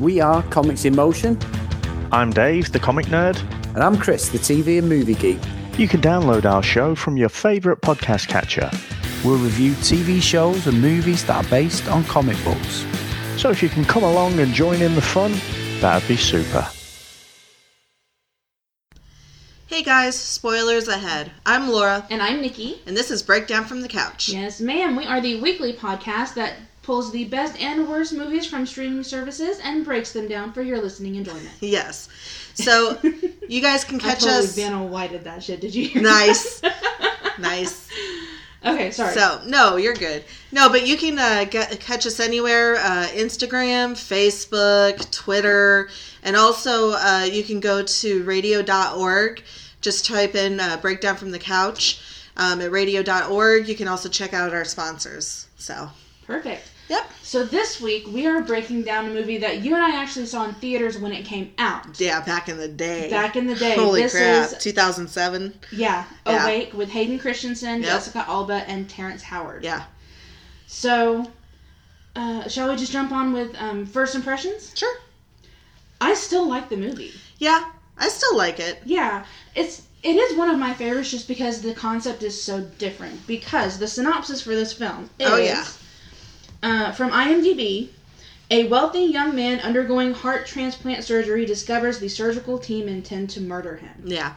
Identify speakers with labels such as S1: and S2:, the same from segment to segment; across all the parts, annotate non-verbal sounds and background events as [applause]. S1: We are Comics in Motion,
S2: I'm Dave, the comic nerd.
S1: and I'm Chris, the TV and movie geek.
S2: You can download our show from your favourite podcast catcher.
S3: We'll review TV shows and movies that are based on comic books.
S2: So if you can come along and join in the fun, that'd be super.
S4: Hey guys, spoilers ahead. I'm Laura,
S5: And I'm Nikki.
S4: and this is Breakdown from the Couch.
S5: Yes, ma'am, we are the weekly podcast that pulls the best and worst movies from streaming services and breaks them down for your listening enjoyment.
S4: Yes.
S5: [laughs]
S4: So you guys can catch
S5: I totally
S4: us. [laughs]
S5: Vanna Whited that shit, did you hear?
S4: Nice. nice.
S5: [laughs] Okay, sorry.
S4: So no, you're good. No, but you can uh, get, catch us anywhere: uh, Instagram, Facebook, Twitter, and also uh, you can go to radio.org. Just type in uh, "breakdown from the couch" um, at radio.org. You can also check out our sponsors. So
S5: Perfect.
S4: yep,
S5: So this week we are breaking down a movie that you and I actually saw in theaters when it came out.
S4: yeah, back in the day.
S5: Back in the day,
S4: Holy
S5: this
S4: crap!
S5: is
S4: 2007.
S5: yeah,
S4: Yeah.
S5: Awake with Hayden Christensen,
S4: Yep.
S5: Jessica Alba, and Terrence Howard.
S4: Yeah,
S5: So, uh, shall we just jump on with um, first impressions?
S4: sure.
S5: I still like the movie.
S4: Yeah, I still like it.
S5: Yeah, it's it is one of my favorites just because the concept is so different. Because the synopsis for this film is
S4: Oh, yeah.
S5: uh, from IMDb. A wealthy young man undergoing heart transplant surgery discovers the surgical team intend to murder him.
S4: Yeah,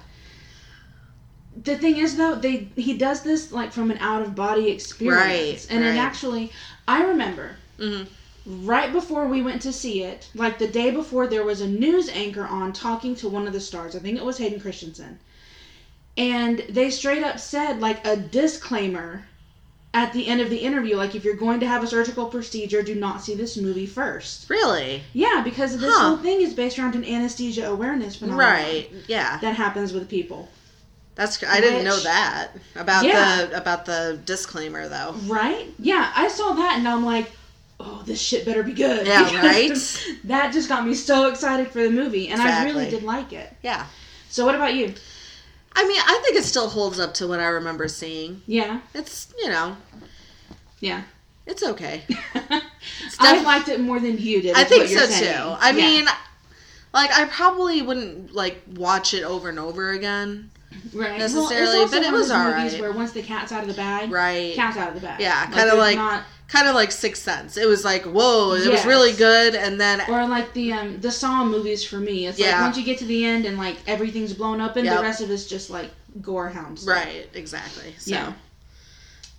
S5: The thing is, though, they he does this like from an out of body experience,
S4: Right,
S5: and
S4: right.
S5: it actually, I remember
S4: Mhm.
S5: right before we went to see it, like the day before, there was a news anchor on talking to one of the stars. I think it was Hayden Christensen. And they straight up said, like, a disclaimer at the end of the interview. Like, if you're going to have a surgical procedure, do not see this movie first.
S4: really.
S5: Yeah, because this
S4: Huh.
S5: whole thing is based around an anesthesia awareness phenomenon.
S4: Right. Yeah.
S5: That happens with people.
S4: That's I didn't know
S5: Which-
S4: that about
S5: Yeah.
S4: the about the disclaimer though.
S5: [laughs] Right? Yeah, I saw that and I'm like, oh, this shit better be good.
S4: Yeah,
S5: [laughs] Because
S4: right?
S5: That just got me so excited for the movie, and I
S4: Exactly.
S5: really did like it.
S4: Yeah.
S5: So, what about you?
S4: I mean, I think it still holds up to what I remember seeing.
S5: Yeah,
S4: It's, you know,
S5: yeah.
S4: it's
S5: [laughs]
S4: okay.
S5: I
S4: def-
S5: liked it more than you did.
S4: I
S5: is
S4: think
S5: what you're
S4: so
S5: saying.
S4: too. I
S5: Yeah.
S4: mean, like I probably wouldn't like watch it over and over again.
S5: right.
S4: necessarily,
S5: well, it's also
S4: but it
S5: one of
S4: was
S5: those movies
S4: alright.
S5: Where once the cat's out of the bag,
S4: Right.
S5: cat's out of the bag.
S4: Yeah, kinda
S5: there's
S4: like-
S5: not,
S4: Kind of like Sixth Sense. It was like, whoa, it was
S5: Yes.
S4: really good and then
S5: or like the um the Saw movies for me. It's
S4: Yeah.
S5: like once you get to the end and like everything's blown up, and
S4: Yep.
S5: the rest of it's just like gore hounds.
S4: right, exactly. So, yeah.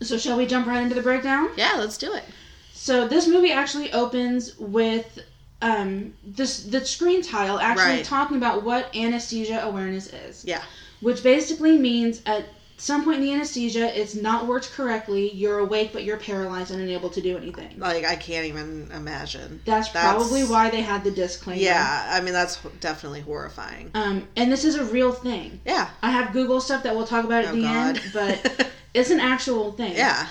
S5: Yeah. So shall we jump right into the breakdown?
S4: let's do it.
S5: So this movie actually opens with um this the screen title actually
S4: Right.
S5: talking about what anesthesia awareness is.
S4: Yeah.
S5: Which basically means at some point in the anesthesia it's not worked correctly, you're awake but you're paralyzed and unable to do anything.
S4: Like I can't even imagine.
S5: That's,
S4: That's-
S5: probably why they had the disclaimer.
S4: Yeah, I mean that's ho- definitely horrifying.
S5: Um and this is a real thing.
S4: Yeah.
S5: I have Google stuff that we'll talk about at
S4: Oh
S5: the
S4: god.
S5: end, but
S4: [laughs]
S5: it's an actual thing.
S4: yeah.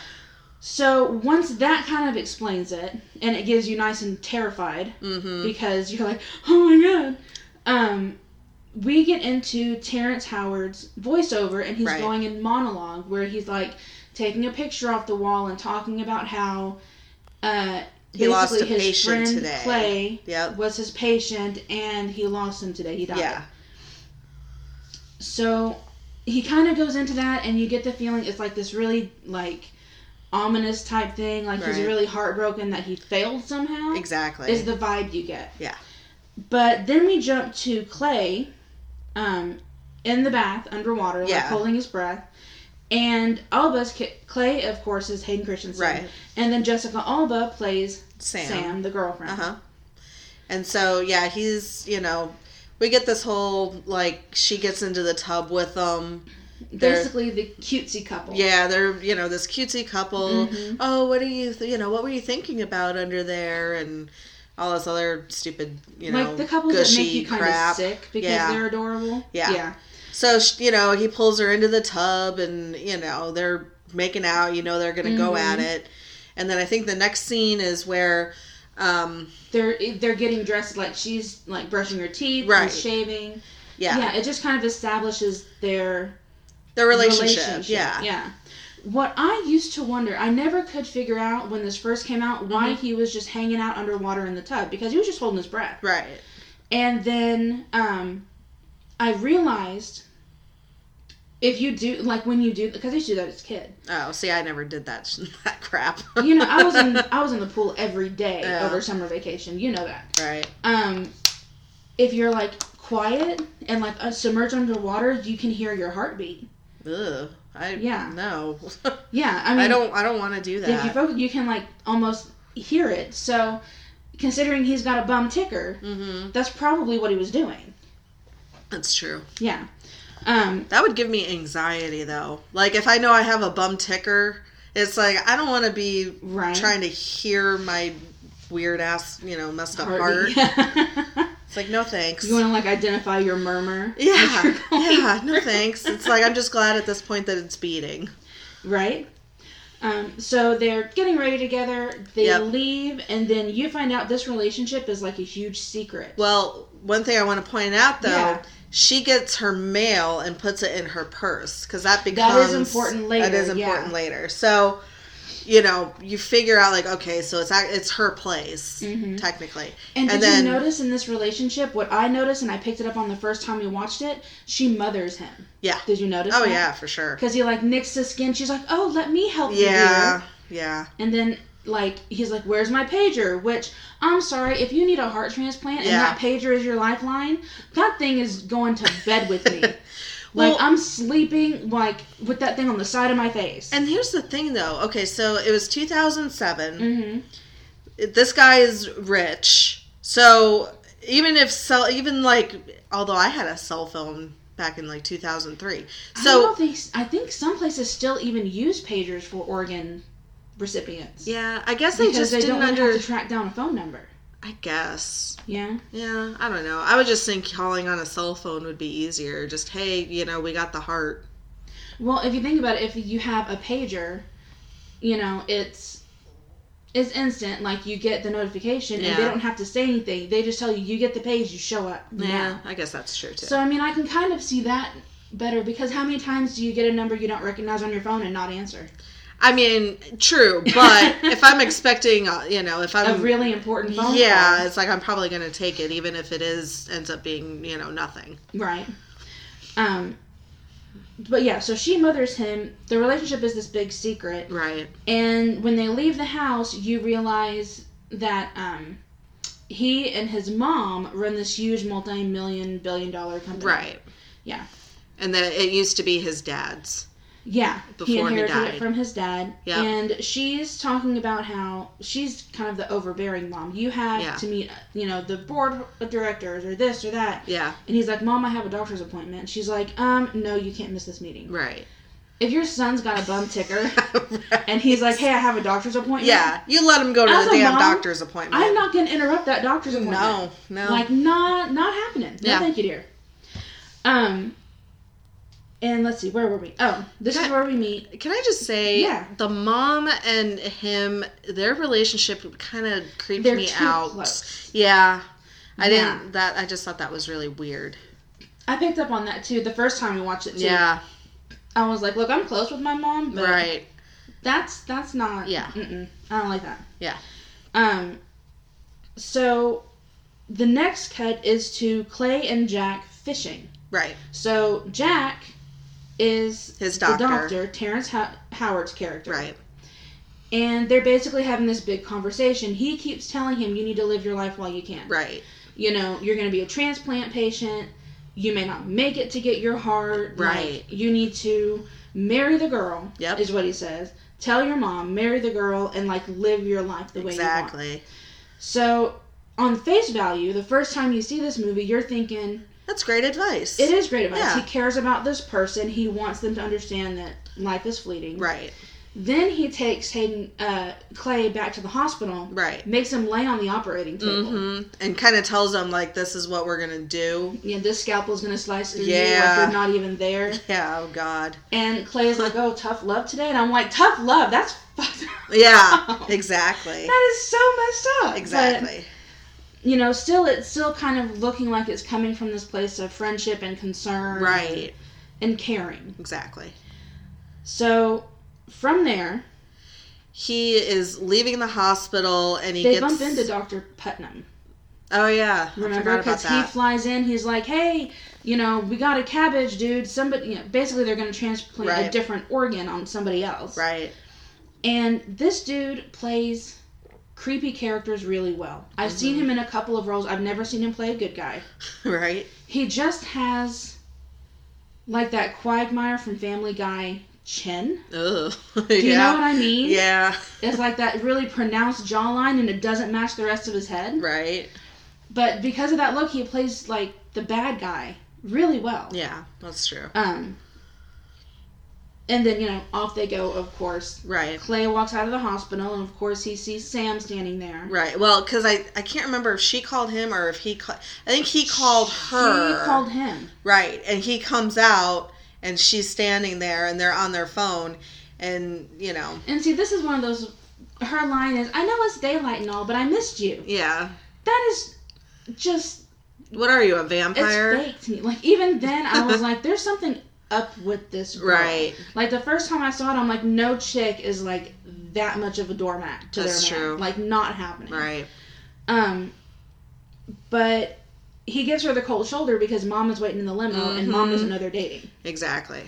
S5: So once that kind of explains it, and it gives you nice and terrified
S4: Mm-hmm.
S5: because you're like, [laughs] oh my god. Um, we get into Terrence Howard's voiceover, and he's
S4: Right.
S5: going in monologue where he's like taking a picture off the wall and talking about how uh,
S4: He lost
S5: basically
S4: a
S5: his
S4: patient
S5: friend
S4: today.
S5: Clay
S4: Yep.
S5: was his patient, and he lost him today. He died.
S4: Yeah.
S5: So he kind of goes into that, and you get the feeling it's like this really like ominous type thing. Like he's
S4: Right.
S5: really heartbroken that he failed somehow.
S4: Exactly.
S5: Is the vibe you get.
S4: Yeah.
S5: But then we jump to Clay, um, in the bath underwater, like
S4: Yeah.
S5: holding his breath. And Alba's ki- Clay, of course, is Hayden Christensen.
S4: Right.
S5: And then Jessica Alba plays
S4: Sam.
S5: Sam, the girlfriend.
S4: Uh huh. And so yeah, he's you know, we get this whole like she gets into the tub with them. They're-
S5: Basically, the cutesy couple.
S4: Yeah, they're you know this cutesy couple.
S5: Mhm.
S4: Oh, what are you th- you know what were you thinking about under there and all this other stupid you know
S5: like the couples that
S4: gushy
S5: make you kind
S4: crap.
S5: of sick because
S4: Yeah.
S5: they're adorable.
S4: Yeah.
S5: Yeah.
S4: So sh- you know, he pulls her into the tub, and you know they're making out. You know they're gonna go
S5: Mhm.
S4: at it, and then I think the next scene is where, um,
S5: They're they're getting dressed like she's like brushing her teeth,
S4: Right.
S5: and shaving.
S4: yeah,
S5: it just kind of establishes their
S4: the relationship,
S5: relationship.
S4: yeah,
S5: Yeah. What I used to wonder, I never could figure out when this first came out why
S4: Mm-hmm.
S5: he was just hanging out underwater in the tub because he was just holding his breath.
S4: Right.
S5: And then um, I realized if you do, like when you do, because I used to do that as a kid.
S4: Oh, see, I never did that [laughs] sh- that crap.
S5: You know, I was in
S4: [laughs]
S5: I was in the pool every day
S4: Yeah.
S5: over summer vacation. You know that.
S4: right.
S5: Um, if you're like quiet and like uh, submerged underwater, you can hear your heartbeat.
S4: Ugh. I
S5: Yeah.
S4: No. [laughs]
S5: Yeah, I mean,
S4: I don't. I don't want to do that.
S5: if you focus, you can like almost hear it. So, considering he's got a bum ticker,
S4: mm-hmm.
S5: that's probably what he was doing.
S4: That's true.
S5: Yeah. Um,
S4: That would give me anxiety though. Like if I know I have a bum ticker, it's like I don't want to be
S5: right.
S4: trying to hear my weird ass, you know, messed up heart.
S5: Heartbeat. [laughs]
S4: It's like no thanks.
S5: you want to like identify your murmur. as
S4: [laughs] yeah,
S5: you're going.
S4: yeah,
S5: [laughs]
S4: no thanks. It's like I'm just glad at this point that it's beating.
S5: Right? Um, so they're getting ready together. They
S4: Yep.
S5: leave, and then you find out this relationship is like a huge secret.
S4: Well, one thing I want to point out though,
S5: Yeah.
S4: she gets her mail and puts it in her purse because that becomes
S5: That is important later,
S4: That is
S5: yeah.
S4: important later. So, you know, you figure out like, okay, so it's ac- it's her place
S5: Mhm.
S4: technically.
S5: And,
S4: and
S5: did
S4: then-
S5: you notice in this relationship what I noticed, and I picked it up on the first time we watched it? She mothers him.
S4: Yeah.
S5: Did you notice?
S4: Oh
S5: that?
S4: yeah, for sure.
S5: Because he like nicks his skin. She's like, "Oh, let me help you."
S4: Yeah,
S5: here."
S4: yeah.
S5: And then like he's like, "Where's my pager?" Which I'm sorry, if you need a heart transplant and
S4: Yeah.
S5: that pager is your lifeline, that thing is going to bed with
S4: [laughs]
S5: me.
S4: Well-
S5: like I'm sleeping like with that thing on the side of my face.
S4: And here's the thing though. Okay, so it was 2007.
S5: hmm
S4: this guy is rich. So even if cell, even like, although I had a cell phone back in like 2003.
S5: I don't know
S4: So
S5: if they, s- I think some places still even use pagers for organ recipients.
S4: yeah, I guess they
S5: Because
S4: just
S5: they,
S4: didn't
S5: don't want to
S4: under.
S5: have to track down a phone number.
S4: I guess.
S5: Yeah.
S4: Yeah, I don't know. I would just think calling on a cell phone would be easier. Just hey, you know, we got the heart.
S5: Well, if you think about it, if you have a pager, you know, it's it's instant. Like you get the notification, and they
S4: Yeah.
S5: don't have to say anything. They just tell you, you get the page, you show up.
S4: Yeah,
S5: now.
S4: I guess that's true too.
S5: So I mean, I can kind of see that better because how many times do you get a number you don't recognize on your phone and not answer?
S4: I mean, true, but [laughs] if I'm expecting, uh, you know, if
S5: A
S4: I'm
S5: really important phone
S4: yeah,
S5: call.
S4: it's like I'm probably gonna take it, even if it is ends up being you know nothing.
S5: Right. Um. But yeah, so she mothers him. The relationship is this big secret.
S4: Right.
S5: And when they leave the house, you realize that um, he and his mom run this huge multi-million billion dollar company.
S4: Right.
S5: Yeah.
S4: And that it used to be his dad's.
S5: Yeah. he
S4: Before he
S5: inherited
S4: died.
S5: it from his dad.
S4: Yeah.
S5: And she's talking about how she's kind of the overbearing mom. You have
S4: Yeah.
S5: to meet, you know, the board of directors or this or that.
S4: Yeah.
S5: And he's like, "Mom, I have a doctor's appointment." And she's like, "Um, no, you can't miss this meeting.
S4: Right. [laughs]
S5: If your son's got a bum ticker [laughs] and he's like, "Hey, I have a doctor's
S4: [laughs]
S5: appointment."
S4: Yeah, you let him go to
S5: As
S4: the
S5: a
S4: damn
S5: mom,
S4: doctor's appointment.
S5: I'm not going to interrupt that doctor's appointment.
S4: No, no.
S5: Like not not happening. No,
S4: Yeah.
S5: thank you, dear. Um, and let's see, where were we? Oh, this is
S4: Can-
S5: where we meet.
S4: Can I just say,
S5: Yeah.
S4: the mom and him, their relationship kind of creeped
S5: They're
S4: me
S5: too
S4: out.
S5: close.
S4: Yeah. I
S5: Yeah.
S4: didn't that I just thought that was really weird.
S5: I picked up on that too the first time we watched it too.
S4: Yeah,
S5: I was like, look, I'm close with my mom, but
S4: right.
S5: that's that's not.
S4: Yeah.
S5: Mm-mm, I don't like that.
S4: Yeah.
S5: Um, so the next cut is to Clay and Jack fishing.
S4: Right.
S5: So Jack is
S4: His doctor.
S5: the doctor, Terrence How- Howard's character.
S4: Right.
S5: And they're basically having this big conversation. He keeps telling him, you need to live your life while you can.
S4: Right.
S5: You know, you're going to be a transplant patient. You may not make it to get your heart. Like,
S4: Right.
S5: you need to marry the girl,
S4: Yep.
S5: is what he says. Tell your mom, marry the girl, and like live your life the way you want.
S4: Exactly.
S5: So, on face value, the first time you see this movie, you're thinking,
S4: That's great advice.
S5: it is great advice.
S4: Yeah.
S5: He cares about this person, he wants them to understand that life is fleeting.
S4: Right.
S5: Then he takes Hayden uh, Clay back to the hospital.
S4: Right.
S5: Makes him lay on the operating table.
S4: hmm And kind of tells them like this is what we're gonna do.
S5: Yeah, this scalpel's gonna slice through you
S4: Yeah.
S5: like you're not even there.
S4: Yeah. Oh God.
S5: And Clay's
S4: [laughs]
S5: like, "Oh, tough love today," and I'm like, "Tough love? That's fucked up. [laughs]
S4: Yeah. Exactly.
S5: That is so messed up." But,
S4: Exactly.
S5: you know, still, it's still kind of looking like it's coming from this place of friendship and concern,
S4: Right.
S5: And caring.
S4: Exactly.
S5: So from there,
S4: He is leaving the hospital and he
S5: they
S4: gets.
S5: bump into Dr. Putnam.
S4: oh, yeah. I
S5: Remember?
S4: forgot about
S5: Because he
S4: that.
S5: flies in, he's like, hey, you know, we got a cabbage, dude. Somebody, you know, basically, they're going to transplant a
S4: Right.
S5: different organ on somebody else.
S4: right. [laughs]
S5: And this dude plays creepy characters really well. I've
S4: Mm-hmm.
S5: seen him in a couple of roles. I've never seen him play a good guy.
S4: Right.
S5: He just has, like, that Quagmire from Family Guy chin.
S4: Ugh. [laughs]
S5: Do you know what I mean?
S4: Yeah.
S5: It's like that really pronounced jawline and it doesn't match the rest of his head.
S4: Right.
S5: But because of that look, he plays like the bad guy really well.
S4: Yeah. That's true.
S5: Um and then, you know, off they go, of course.
S4: Right.
S5: Clay walks out of the hospital and of course he sees Sam standing there.
S4: Right. Well, because I, I can't remember if she called him or if he called. I think he called her.
S5: He called him.
S4: Right. And he comes out and she's standing there and they're on their phone and, you know,
S5: And see, this is one of those her line is, I know it's daylight and all, but I missed you.
S4: yeah.
S5: That is just
S4: What are you, a
S5: it's
S4: vampire?
S5: fake to me. Like even then, I was like, "There's something up with this girl."
S4: Right.
S5: Like the first time I saw it, I'm like, "No chick is like that much of a doormat to
S4: That's
S5: their man."
S4: true.
S5: Like not happening.
S4: Right.
S5: Um, but he gives her the cold shoulder because mom is waiting in the limo and mom
S4: Mm-hmm.
S5: doesn't know they're dating.
S4: Exactly.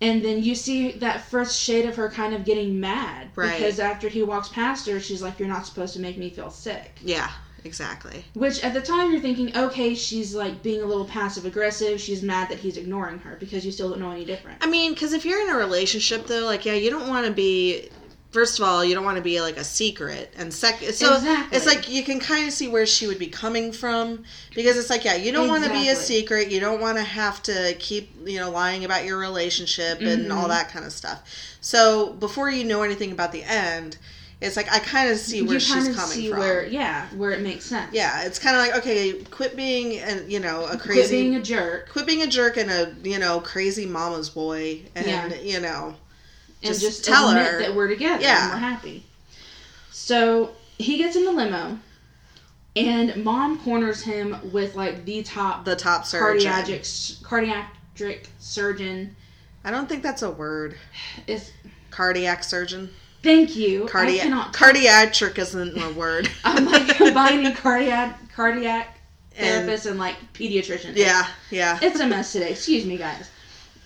S5: And then you see that first shade of her kind of getting mad
S4: Right.
S5: because after he walks past her, she's like, "You're not supposed to make me feel sick."
S4: Yeah. Exactly.
S5: Which at the time you're thinking, okay, she's like being a little passive aggressive. She's mad that he's ignoring her because you still don't know any different.
S4: I mean, because if you're in a relationship, though, like, yeah, you don't want to be. First of all, you don't want to be like a secret, and second, so
S5: Exactly.
S4: it's like you can kind of see where she would be coming from because it's like, yeah, you don't want to be a
S5: Exactly.
S4: secret, you don't want to have to keep, you know, lying about your relationship and
S5: Mm-hmm.
S4: all that kind of stuff. So before you know anything about the end, it's like I kind of see where
S5: you
S4: she's
S5: kind
S4: coming
S5: of see
S4: from.
S5: where, yeah, where it makes sense.
S4: yeah, it's kind of like okay, quit being and you know a
S5: Quit
S4: crazy
S5: being a jerk
S4: quit being a jerk and a you know crazy mama's boy and
S5: Yeah.
S4: you know
S5: and
S4: Just
S5: just
S4: tell
S5: admit
S4: her.
S5: that we're together
S4: Yeah.
S5: and we're happy. So he gets in the limo, and mom corners him with like the top
S4: the top surgeon
S5: cardiac cardiac surgeon.
S4: i don't think that's a word
S5: Is
S4: cardiac surgeon
S5: thank you. I
S4: cardiac
S5: cannot.
S4: cardiac isn't a word
S5: [laughs] I'm like combining cardiac cardiac
S4: [laughs] And-
S5: therapist and like pediatrician.
S4: yeah yeah
S5: it's a mess today. Excuse me, guys.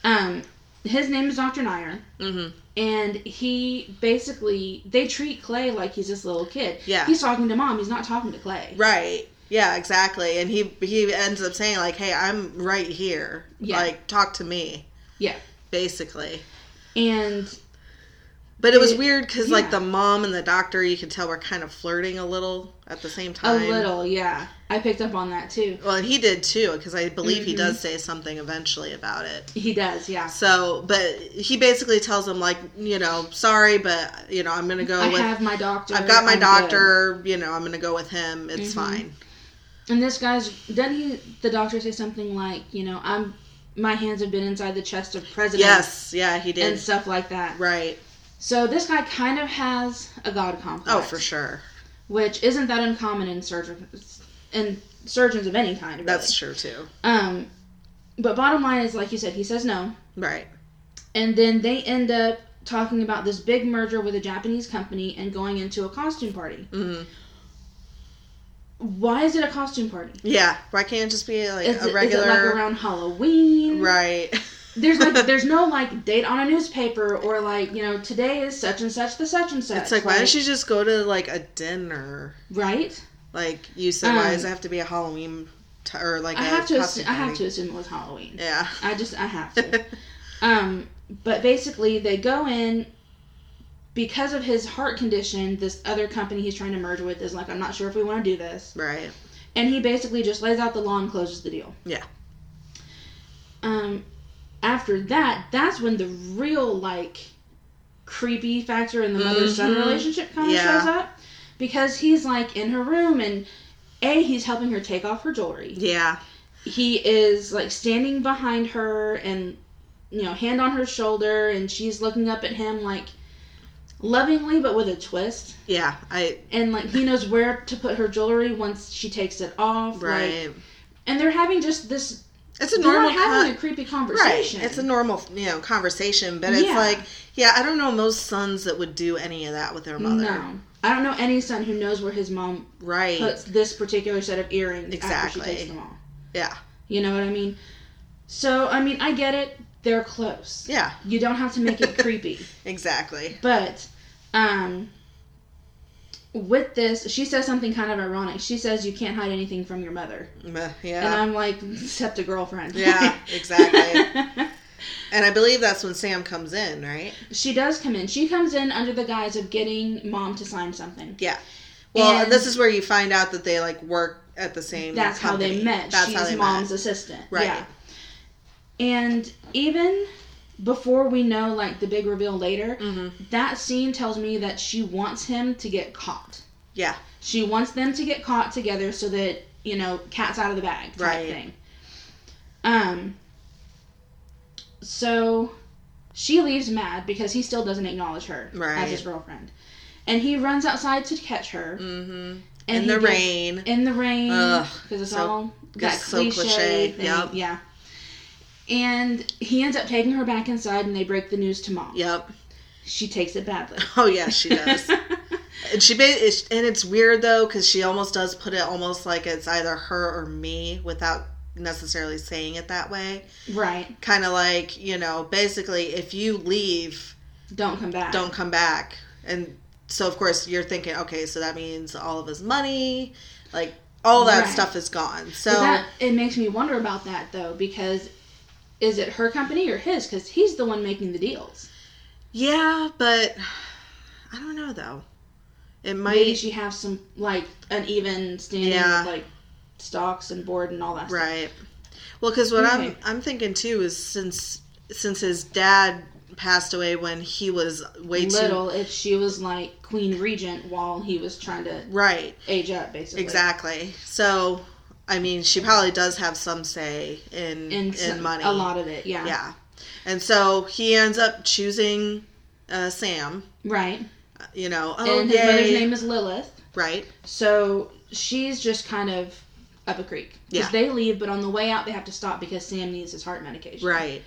S5: Um, his name is Dr. Nyer,
S4: Mhm.
S5: and he basically they treat Clay like he's this little kid.
S4: Yeah.
S5: he's talking to mom. He's not talking to Clay.
S4: right yeah exactly and he he ends up saying like hey i'm right here
S5: Yeah.
S4: like talk to me
S5: Yeah,
S4: basically
S5: and
S4: but it was
S5: It-
S4: weird because
S5: yeah.
S4: like the mom and the doctor you can tell were kind of flirting a little at the same
S5: a
S4: time
S5: little, yeah. I picked up on that too.
S4: well and he did too because i believe he
S5: Mm-hmm.
S4: does say something eventually about it
S5: He does, yeah.
S4: So, but he basically tells him like, you know, sorry, but you know, I'm gonna go
S5: I
S4: with.
S5: have my doctor.
S4: I've got my
S5: I'm Mm-hmm.
S4: doctor. You know, I'm gonna go with him. It's fine.
S5: good. And this guy's doesn't he? The doctor say something like, you know, I'm my hands have been inside the chest of presidents
S4: Yes, yeah, he
S5: and
S4: did.
S5: stuff like that.
S4: right.
S5: So this guy kind of has a god complex.
S4: Oh, for sure.
S5: which isn't that uncommon in surgeons in surgeons of any kind. Really.
S4: That's true too.
S5: Um, but bottom line is, like you said, he says no,
S4: Right.
S5: and then they end up talking about this big merger with a Japanese company and going into a costume party.
S4: hmm
S5: Why is it a costume party?
S4: Yeah. Why can't it just be like
S5: Is,
S4: a
S5: it-
S4: regular?
S5: is it like around Halloween?
S4: right.
S5: There's like
S4: [laughs]
S5: there's no like date on a newspaper or like you know today is such and such the such and such.
S4: It's like why don't you just go to like a dinner?
S5: right?
S4: Like you said, why
S5: Um,
S4: does it have to be a Halloween t- or like
S5: I
S4: a
S5: have to
S4: costume
S5: assume, I have
S4: party?
S5: to assume it was Halloween.
S4: Yeah.
S5: I just I
S4: [laughs]
S5: have to. um, but basically they go in because of his heart condition. This other company he's trying to merge with is like, I'm not sure if we want to do this,
S4: Right.
S5: and he basically just lays out the law and closes the deal.
S4: Yeah.
S5: Um, after that, that's when the real like creepy factor in the mother son
S4: Mhm.
S5: relationship kind of
S4: Yeah.
S5: shows up because he's like in her room and. A, he's helping her take off her jewelry
S4: Yeah.
S5: he is like standing behind her and you know hand on her shoulder and she's looking up at him like lovingly but with a twist
S4: Yeah. I.
S5: and like he knows where to put her jewelry once she takes it off like-
S4: Right.
S5: and they're having just this
S4: It's a
S5: They're
S4: normal
S5: not having
S4: con-
S5: a creepy
S4: Right.
S5: conversation.
S4: It's a normal, you know, conversation, but it's
S5: Yeah.
S4: like, yeah, I don't know most sons that would do any of that with their mother.
S5: No, I don't know any son who knows where his mom
S4: Right.
S5: puts this particular set of earrings after
S4: Exactly.
S5: she takes them off.
S4: Yeah.
S5: You know what I mean? So I mean, I get it. They're close.
S4: Yeah.
S5: You don't have to make
S4: [laughs]
S5: it creepy.
S4: Exactly.
S5: But um with this, she says something kind of ironic. She says you can't hide anything from your mother.
S4: Mm,
S5: And
S4: Yeah.
S5: I'm like, except a girlfriend.
S4: Yeah, exactly. And I believe that's when Sam comes in, right?
S5: [laughs] she does come in. She comes in under the guise of getting mom to sign something.
S4: Yeah. Well,
S5: And-
S4: this is where you find out that they like work at the same.
S5: That's how they
S4: company.
S5: met.
S4: That's
S5: She's
S4: how they
S5: mom's
S4: met.
S5: assistant.
S4: Right.
S5: Yeah. And even before we know like the big reveal later,
S4: Mm-hmm.
S5: that scene tells me that she wants him to get caught.
S4: Yeah.
S5: She wants them to get caught together so that, you know, cat's out of the bag type
S4: Right.
S5: thing. Um so she leaves mad because he still doesn't acknowledge her
S4: Right.
S5: as his girlfriend. And he runs outside to catch her. Mm-hmm.
S4: In the rain.
S5: In the rain.
S4: Ugh,
S5: Because it's
S4: so-
S5: all that
S4: it's so
S5: cliche.
S4: cliche,
S5: Thing.
S4: yep.
S5: Yeah. And he ends up taking her back inside and they break the news to mom.
S4: Yep.
S5: She takes it badly.
S4: Oh yeah, she
S5: [laughs]
S4: does. and she ba- it's- and it's weird though because she almost does put it almost like it's either her or me without necessarily saying it that way.
S5: right.
S4: Kind of like you know, basically, if you leave,
S5: Don't come back.
S4: don't come back. And so, of course, you're thinking, okay, so that means all of his money, like all that
S5: Right.
S4: stuff is gone. So,
S5: But that it makes me wonder about that though, because is it her company or his? Because he's the one making the deals.
S4: yeah, but I don't know though. It
S5: Maybe
S4: might,
S5: she has some like uneven standing
S4: Yeah.
S5: with like stocks and board and all that. Stuff.
S4: right? Well, because what I'm
S5: Okay.
S4: I'm thinking too is since since his dad passed away when he was way
S5: Little if she was like queen regent while he was trying to
S4: too right,
S5: age up, basically.
S4: exactly. So, I mean, she probably does have some say in in,
S5: And some-
S4: money,
S5: a lot of it, yeah.
S4: yeah. And so he ends up choosing uh, Sam.
S5: Right.
S4: you know, oh and
S5: and his mother's name is Lilith.
S4: right,
S5: So she's just kind of up a creek. 'Cause
S4: Yeah.
S5: They leave, but on the way out they have to stop because Sam needs his heart medication.
S4: right.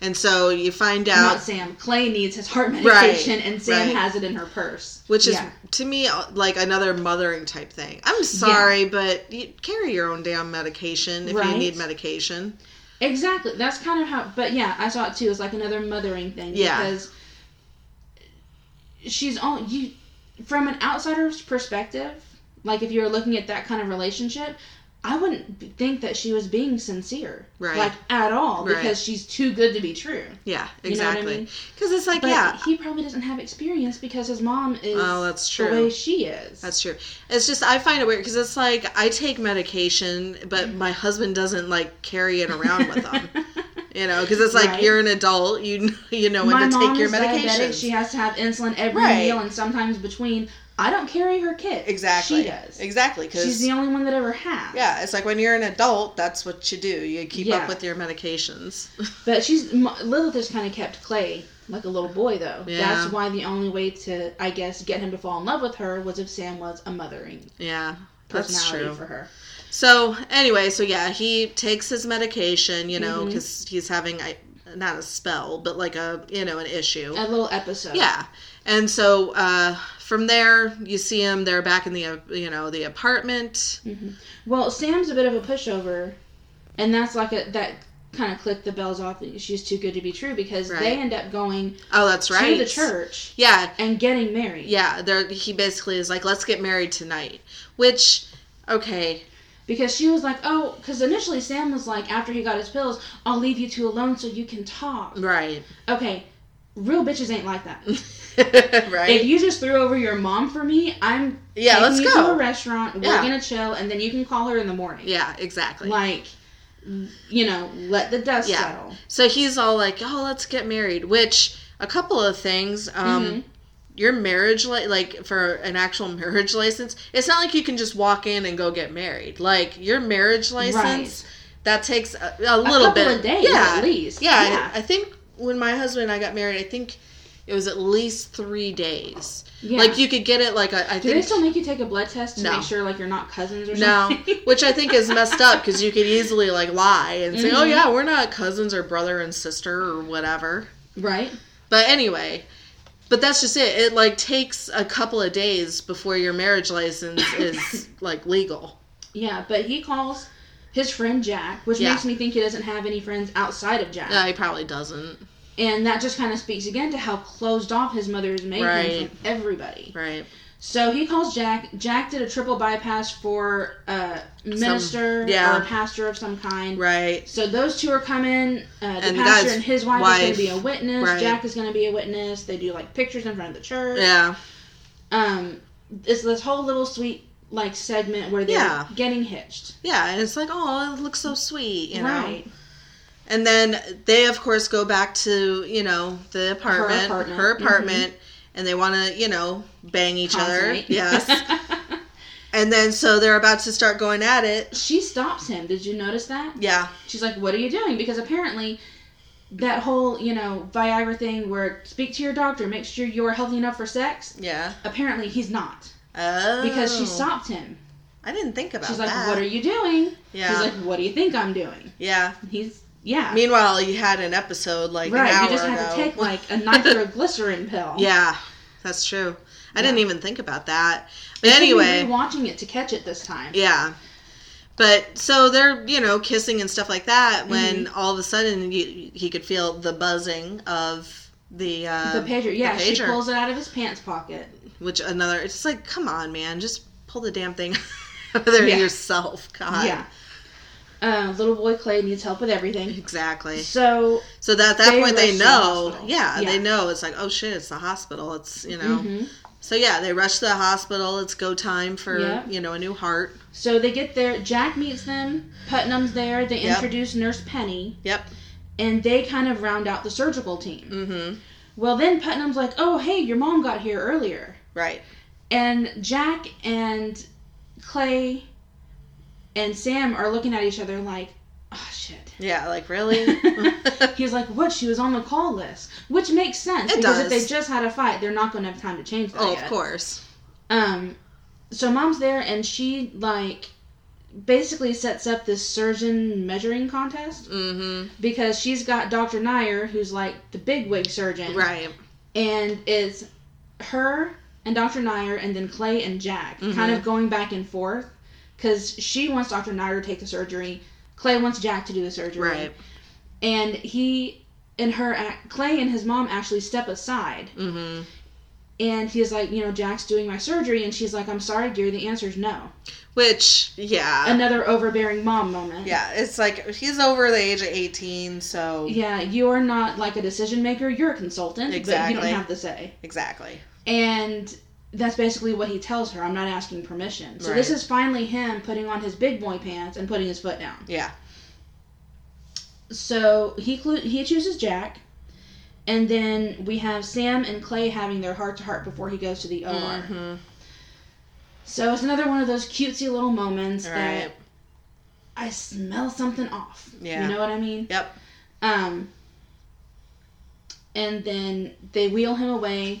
S4: And so you find
S5: Not
S4: out,
S5: Sam. Clay needs his heart
S4: Right,
S5: medication, and Sam
S4: right.
S5: has it in her purse.
S4: which is
S5: Yeah.
S4: to me uh, like another mothering type thing. I'm sorry, but you carry your own damn medication if you
S5: Right.
S4: need medication.
S5: exactly. That's kind of how. But yeah, I saw it too. It's like another mothering thing.
S4: Yeah.
S5: Because she's all you from an outsider's perspective. Like if you were looking at that kind of relationship, I wouldn't b- think that she was being sincere,
S4: Right.
S5: Like at all,
S4: Right.
S5: because she's too good to be true.
S4: Yeah,
S5: You know what I
S4: exactly.
S5: mean?
S4: Because it's like,
S5: But
S4: yeah,
S5: he probably doesn't have experience because his mom is
S4: Oh, that's
S5: the
S4: true.
S5: way she is.
S4: that's true. It's just I find it weird because it's like I take medication, but my husband doesn't like carry it around with
S5: [laughs]
S4: him. You know, because it's like
S5: Right.
S4: you're an adult, you you know when
S5: my
S4: to
S5: mom
S4: take your
S5: is diabetic.
S4: medication.
S5: She has to have insulin every
S4: Right.
S5: meal and sometimes between. I don't carry her kit.
S4: exactly,
S5: She does.
S4: exactly. Because
S5: She's the only one that ever has.
S4: Yeah, it's like when you're an adult, that's what you do. You keep
S5: Yeah.
S4: up with your medications. [laughs]
S5: But she's M- Lilith has kind of kept Clay like a little boy though.
S4: Yeah.
S5: That's why the only way to I guess get him to fall in love with her was if Sam was a mothering
S4: yeah, that's
S5: personality
S4: true.
S5: for her.
S4: So anyway, so yeah, he takes his medication, you
S5: Mm-hmm.
S4: know, because he's having I, not a spell, but like a you know an issue.
S5: A little episode.
S4: yeah, and so uh, from there, you see him. They're back in the uh, you know the apartment.
S5: Mm-hmm. Well, Sam's a bit of a pushover, and that's like a that kind of clicked the bells off. that She's too good to be true because
S4: Right.
S5: they end up going
S4: Oh, that's right.
S5: to the church
S4: Yeah,
S5: and getting married.
S4: yeah. There, he basically is like, let's get married tonight. Which, okay,
S5: Because she was like, oh, because initially Sam was like, after he got his pills, I'll leave you two alone so you can talk.
S4: right, [laughs]
S5: Okay, real bitches ain't like that.
S4: right.
S5: if you just threw over your mom for me, I'm
S4: Yeah,
S5: taking
S4: let's
S5: you
S4: go.
S5: to a restaurant. We're
S4: Yeah.
S5: gonna chill, and then you can call her in the morning.
S4: yeah, exactly.
S5: Like, you know, let the dust
S4: Yeah.
S5: settle.
S4: So he's all like, "Oh, let's get married." Which a couple of things. Um,
S5: Mm-hmm.
S4: Your marriage, li- like for an actual [laughs] marriage license, it's not like you can just walk in and go get married. Like your marriage license, that takes a, a little
S5: couple
S4: bit
S5: of days at least.
S4: Yeah,
S5: Yeah.
S4: I, I think when my husband and I got married, I think It was at least three days.
S5: Yeah.
S4: Like you could get it like a, I
S5: Do they
S4: think
S5: still make you take a blood test to
S4: No.
S5: make sure like you're not cousins
S4: [laughs]
S5: or
S4: no,
S5: something?
S4: which I think is messed up because you could easily like lie and say, "Oh
S5: Mhm.
S4: yeah, we're not cousins or brother and sister or whatever."
S5: [laughs] right?
S4: But anyway, but that's just it. It like takes a couple of days before your marriage
S5: [laughs]
S4: license is like legal.
S5: Yeah, but he calls his friend Jack, which
S4: Yeah.
S5: makes me think he doesn't have any friends outside of Jack.
S4: No, he probably doesn't.
S5: and that just kind of speaks again to how closed off his mother is making him
S4: Right.
S5: from everybody.
S4: Right.
S5: So he calls Jack. Jack did a triple bypass for a minister
S4: yeah.
S5: or a pastor of some kind.
S4: Right.
S5: So those two are coming. Uh, the
S4: And the
S5: pastor
S4: guy's
S5: and his wife, is going
S4: wife.
S5: to be a witness.
S4: Right.
S5: Jack is going to be a witness. They do like pictures in front of the church.
S4: Yeah.
S5: Um, it's this whole little sweet like segment where they're
S4: Yeah.
S5: getting hitched.
S4: Yeah. And it's like, oh, it looks so sweet, you know.
S5: right.
S4: And then they, of course, go back to you know the apartment, her
S5: apartment. Mm-hmm.
S4: apartment, and they want to you know bang each
S5: Consummate. [laughs]
S4: other. Yes. and then so they're about to start going at it.
S5: she stops him. Did you notice that?
S4: Yeah.
S5: She's like, "What are you doing?" Because apparently, that whole you know Viagra thing, where speak to your doctor, make sure you're healthy enough for sex.
S4: Yeah.
S5: Apparently, he's not
S4: Oh.
S5: because she stopped him.
S4: I didn't think about
S5: She's like,
S4: that.
S5: "What are you doing?"
S4: Yeah.
S5: He's like, "What do you think I'm doing?"
S4: yeah.
S5: He's yeah.
S4: Meanwhile, you had an episode like an
S5: right.
S4: hour
S5: You just had
S4: ago.
S5: to
S4: [laughs]
S5: take like a nitroglycerin pill.
S4: yeah, that's true. I didn't
S5: Yeah.
S4: even think about that. But
S5: You should be
S4: anyway,
S5: rewatching it to catch it this time.
S4: Yeah. But so they're, you know, kissing and stuff like that
S5: Mm-hmm.
S4: when all of a sudden you, he could feel the buzzing of the uh
S5: the pager. Yeah,
S4: the
S5: she
S4: pager.
S5: pulls it out of his pants pocket.
S4: which another it's like come on man, just pull the damn thing [laughs] out of there
S5: Yeah.
S4: yourself. God.
S5: Yeah. Uh, little boy Clay needs help with everything.
S4: Exactly.
S5: So
S4: So that at that
S5: They
S4: point
S5: rush
S4: they
S5: to the
S4: know.
S5: hospital.
S4: yeah,
S5: Yeah.
S4: they know it's like oh shit, it's the hospital. It's, you know.
S5: mhm.
S4: So yeah, they rush to the hospital. It's go time for,
S5: Yeah.
S4: you know, a new heart.
S5: So they get there. Jack meets them. Putnam's there. They
S4: Yep.
S5: introduce Nurse Penny,
S4: Yep.
S5: and they kind of round out the surgical team.
S4: Mhm.
S5: Well, then Putnam's like, "Oh, hey, your mom got here earlier,"
S4: Right.
S5: and Jack and Clay and Sam are looking at each other like, "Oh
S4: [laughs]
S5: shit."
S4: Yeah, like
S5: [laughs]
S4: really?
S5: He's like, "What? She was on the call list," which makes sense
S4: It
S5: because if
S4: does.
S5: they just had a fight, they're not going to have time to change that.
S4: oh,
S5: yet.
S4: of course.
S5: Um, so mom's there, and she like basically sets up this surgeon measuring contest
S4: Mhm.
S5: because she's got Dr. Nair, who's like the big wig surgeon,
S4: Right.
S5: And it's her and Dr. Nair, and then Clay and Jack,
S4: Mm-hmm.
S5: kind of going back and forth because she wants Dr. Nair to take the surgery, Clay wants Jack to do the surgery,
S4: Right.
S5: And he and her, ac- Clay and his mom actually step aside
S4: hmm
S5: and he's like, you know, Jack's doing my surgery, and she's like, I'm sorry, dear, the answer's no.
S4: Which, yeah.
S5: Another overbearing mom moment.
S4: yeah, it's like he's over the age of 18, so
S5: Yeah, you are not like a decision maker, you're a consultant, but you
S4: Exactly.
S5: don't have the say.
S4: exactly.
S5: And that's basically what he tells her. I'm not asking permission. So this
S4: Right.
S5: is finally him putting on his big boy pants and putting his foot down.
S4: Yeah.
S5: So he clu- he chooses Jack, and then we have Sam and Clay having their heart to heart before he goes to the OR.
S4: hmm
S5: So it's another one of those cutesy little moments that
S4: Right.
S5: I smell something off.
S4: Yeah.
S5: You know what I mean?
S4: Yep.
S5: Um and then they wheel him away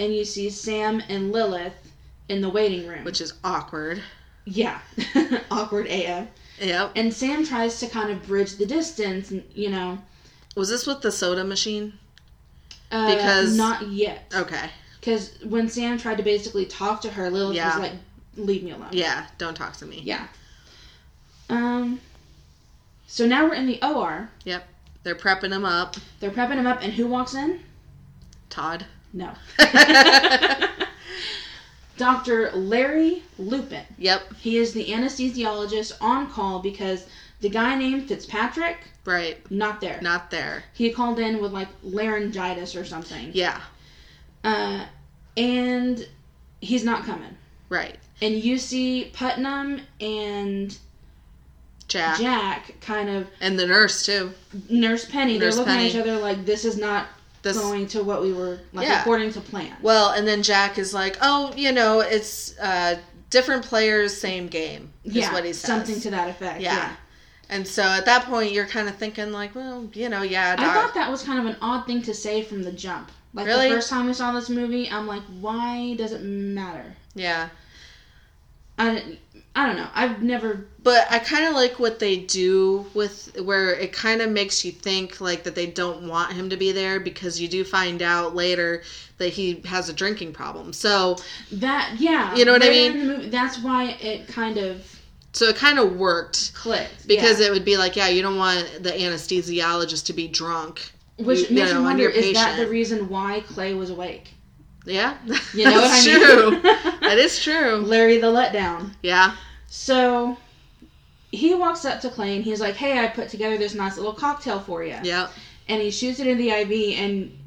S5: and you see Sam and Lilith in the waiting room.
S4: Which is awkward.
S5: yeah. [laughs] Awkward AF.
S4: Yep.
S5: And Sam tries to kind of bridge the distance, and, you know.
S4: Was this with the soda machine?
S5: Uh,
S4: Because- Oh.
S5: not yet.
S4: Okay.
S5: Because when Sam tried to basically talk to her, Lilith
S4: Yeah.
S5: was like, "Leave me alone."
S4: Yeah, don't talk to me.
S5: Yeah. Um. So now we're in the OR.
S4: Yep. They're prepping him up.
S5: They're prepping him up, and who walks in?
S4: Todd. [laughs]
S5: No. Dr. Larry Lupin.
S4: Yep.
S5: He is the anesthesiologist on call because the guy named Fitzpatrick,
S4: Right.
S5: not there.
S4: Not there.
S5: He called in with like laryngitis or something.
S4: Yeah.
S5: Uh, and he's not coming.
S4: Right.
S5: And you see Putnam and
S4: Jack.
S5: Jack kind of
S4: And the nurse too.
S5: Nurse Penny.
S4: Nurse
S5: they're looking
S4: Penny.
S5: at each other like this is not
S4: This
S5: going to what we were like
S4: Yeah.
S5: according to plan.
S4: Well, and then Jack is like, "Oh, you know, it's uh different players, same game." Is
S5: yeah,
S4: what he says.
S5: something to that effect.
S4: Yeah.
S5: yeah.
S4: And so at that point, you're kind of thinking like, well, you know, yeah,
S5: I
S4: doc-
S5: thought that was kind of an odd thing to say from the jump. Like
S4: Really?
S5: the first time I saw this movie, I'm like, why does it matter?
S4: Yeah.
S5: I, don't- I don't know. I've never.
S4: But I kind of like what they do with where it kind of makes you think like that they don't want him to be there because you do find out later that he has a drinking problem. So
S5: That yeah.
S4: You know what I
S5: later
S4: mean?
S5: in the movie- that's why it kind of
S4: so it kind of worked
S5: clicked
S4: because
S5: yeah.
S4: it would be like, yeah, you don't want the anesthesiologist to be drunk.
S5: which
S4: you know,
S5: makes me
S4: and
S5: wonder
S4: your
S5: is that the
S4: patient-
S5: reason why Clay was awake?
S4: Yeah,
S5: You know
S4: that's
S5: what I mean?
S4: true. that is true.
S5: [laughs] Larry the letdown.
S4: Yeah,
S5: So he walks up to Clay and he's like, "Hey, I put together this nice little cocktail for you."
S4: yeah,
S5: And he shoots it in the IV and.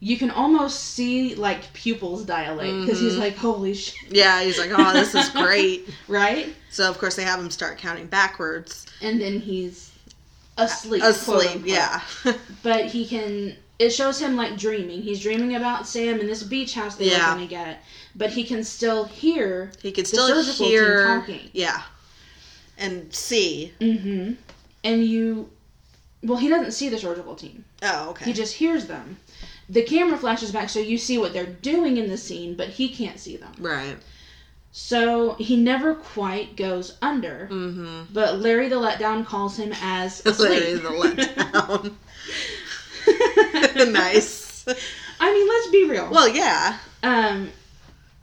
S5: You can almost see like pupils dilate because
S4: Mm-hmm.
S5: he's like, "Holy shit!"
S4: yeah. He's like, oh, this is great.
S5: Right?
S4: So of course they have him start counting backwards.
S5: and then he's asleep. quote
S4: Asleep.
S5: unquote.
S4: Yeah. [laughs]
S5: But he can. It shows him like dreaming. He's dreaming about Sam in this beach house that
S4: Yeah.
S5: yeah. going to get. But he can still hear.
S4: He could
S5: The
S4: still
S5: surgical team
S4: hear,
S5: talking.
S4: yeah, and see.
S5: Mm-hmm. And you. Well, he doesn't see the surgical team.
S4: Oh, okay.
S5: He just hears them. The camera flashes back, so you see what they're doing in the scene, but he can't see them.
S4: right.
S5: So he never quite goes under.
S4: Mm-hmm.
S5: But Larry the Letdown calls him
S4: [laughs]
S5: as asleep.
S4: Larry the
S5: [laughs]
S4: letdown. [laughs] nice.
S5: I mean, let's be real.
S4: Well, yeah,
S5: Um,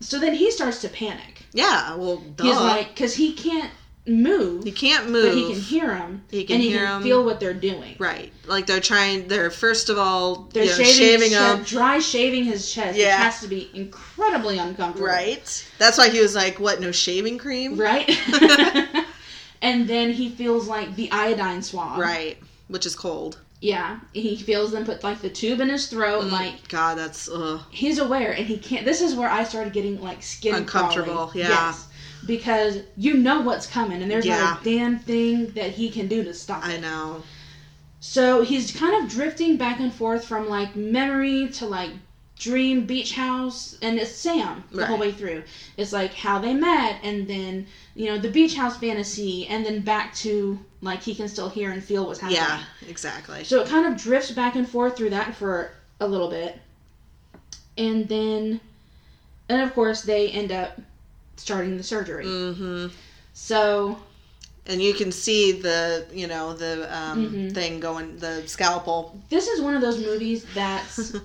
S5: so then he starts to panic.
S4: yeah. Well, duh.
S5: He's like, because he can't move,
S4: he can't move.
S5: but he can hear them,
S4: He can
S5: and he
S4: hear
S5: can
S4: 'em.
S5: feel what they're doing.
S4: Right. Like they're trying. They're first of all,
S5: They're
S4: you know,
S5: shaving,
S4: shaving,
S5: his
S4: him.
S5: chest, dry shaving his chest.
S4: Yeah.
S5: It has to be incredibly uncomfortable.
S4: Right. That's why he was like, "What? No shaving cream?" [laughs]
S5: Right. [laughs] and then he feels like the iodine swab.
S4: Right. Which is cold. Mm.
S5: Yeah. He feels them put like the tube in his throat.
S4: Mm-hmm.
S5: Like
S4: God, that's ugh.
S5: he's aware, and he can't. This is where I started getting like skin
S4: Uncomfortable,
S5: crawling.
S4: yeah.
S5: Yes. Because you know what's coming, and there's
S4: Yeah.
S5: not a damn thing that he can do to stop
S4: I
S5: it.
S4: know.
S5: So he's kind of drifting back and forth from like memory to like dream beach house and it's Sam the whole
S4: Right.
S5: way through. It's like how they met and then, you know, the beach house fantasy and then back to like he can still hear and feel what's happening.
S4: Yeah. Exactly.
S5: So it kind of drifts back and forth through that for a little bit. And then and of course they end up starting the surgery.
S4: Mm-hmm.
S5: So
S4: And you can see the, you know, the um,
S5: Mhm.
S4: thing going, the
S5: [laughs]
S4: scalpel.
S5: this is one of those movies
S4: [laughs]
S5: that's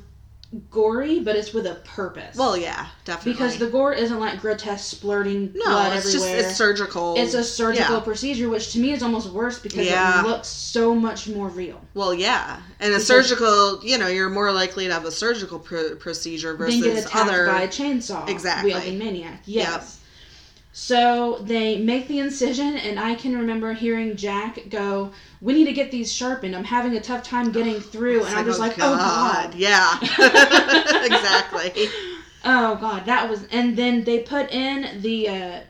S5: gory but it's with a purpose.
S4: Well, yeah, definitely.
S5: because the gore isn't like grotesque splurting
S4: no,
S5: blood
S4: it's
S5: everywhere.
S4: just it's surgical.
S5: It's a surgical
S4: Yeah.
S5: procedure, which to me is almost worse because
S4: Yeah.
S5: it looks so much more real.
S4: Well, yeah, and a
S5: Because-
S4: surgical. You know, you're more likely to have a surgical pr- procedure
S5: Then get
S4: versus
S5: attacked
S4: other.
S5: by a chainsaw
S4: Exactly.
S5: wielding maniac. Yes. So they make the incision, and I can remember hearing Jack go, "We need to get these sharpened. I'm having a tough time getting through."
S4: It's
S5: And I'm just
S4: oh,
S5: like, "Oh
S4: [laughs]
S5: god,
S4: yeah,
S5: [laughs]
S4: exactly.
S5: oh god, that was." And then they put in the, uh,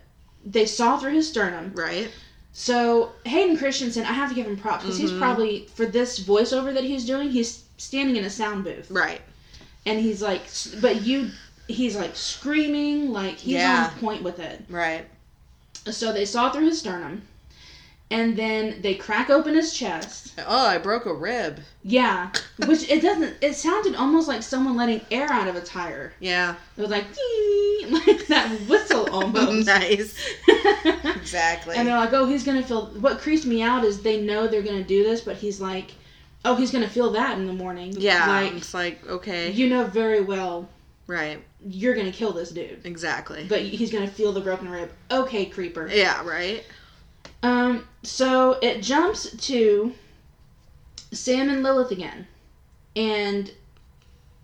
S5: they saw through his sternum.
S4: Right.
S5: So Hayden Christensen, I have to give him props because
S4: Mm-hmm.
S5: he's probably for this voiceover that he's doing, he's standing in a sound booth
S4: Right.
S5: and he's like, s- but you, he's like screaming, like he's
S4: Yeah.
S5: on point with it.
S4: Right.
S5: So they saw through his sternum, and then they crack open his chest.
S4: Oh, I broke a rib.
S5: Yeah, which it doesn't. It sounded almost like someone letting air out of a tire.
S4: Yeah.
S5: It was like, "Dee," [laughs] like that
S4: [laughs]
S5: whistle almost.
S4: nice. Exactly.
S5: [laughs] And they're like, oh, he's gonna feel. What creeps me out is they know they're gonna do this, but he's like, oh, he's gonna feel that in the morning.
S4: yeah.
S5: Like,
S4: it's like okay.
S5: you know very well
S4: right.
S5: you're gonna kill this dude,
S4: Exactly.
S5: but he's gonna feel the broken rib. Okay, creeper.
S4: yeah. Right.
S5: Um, so it jumps to Sam and Lilith again, and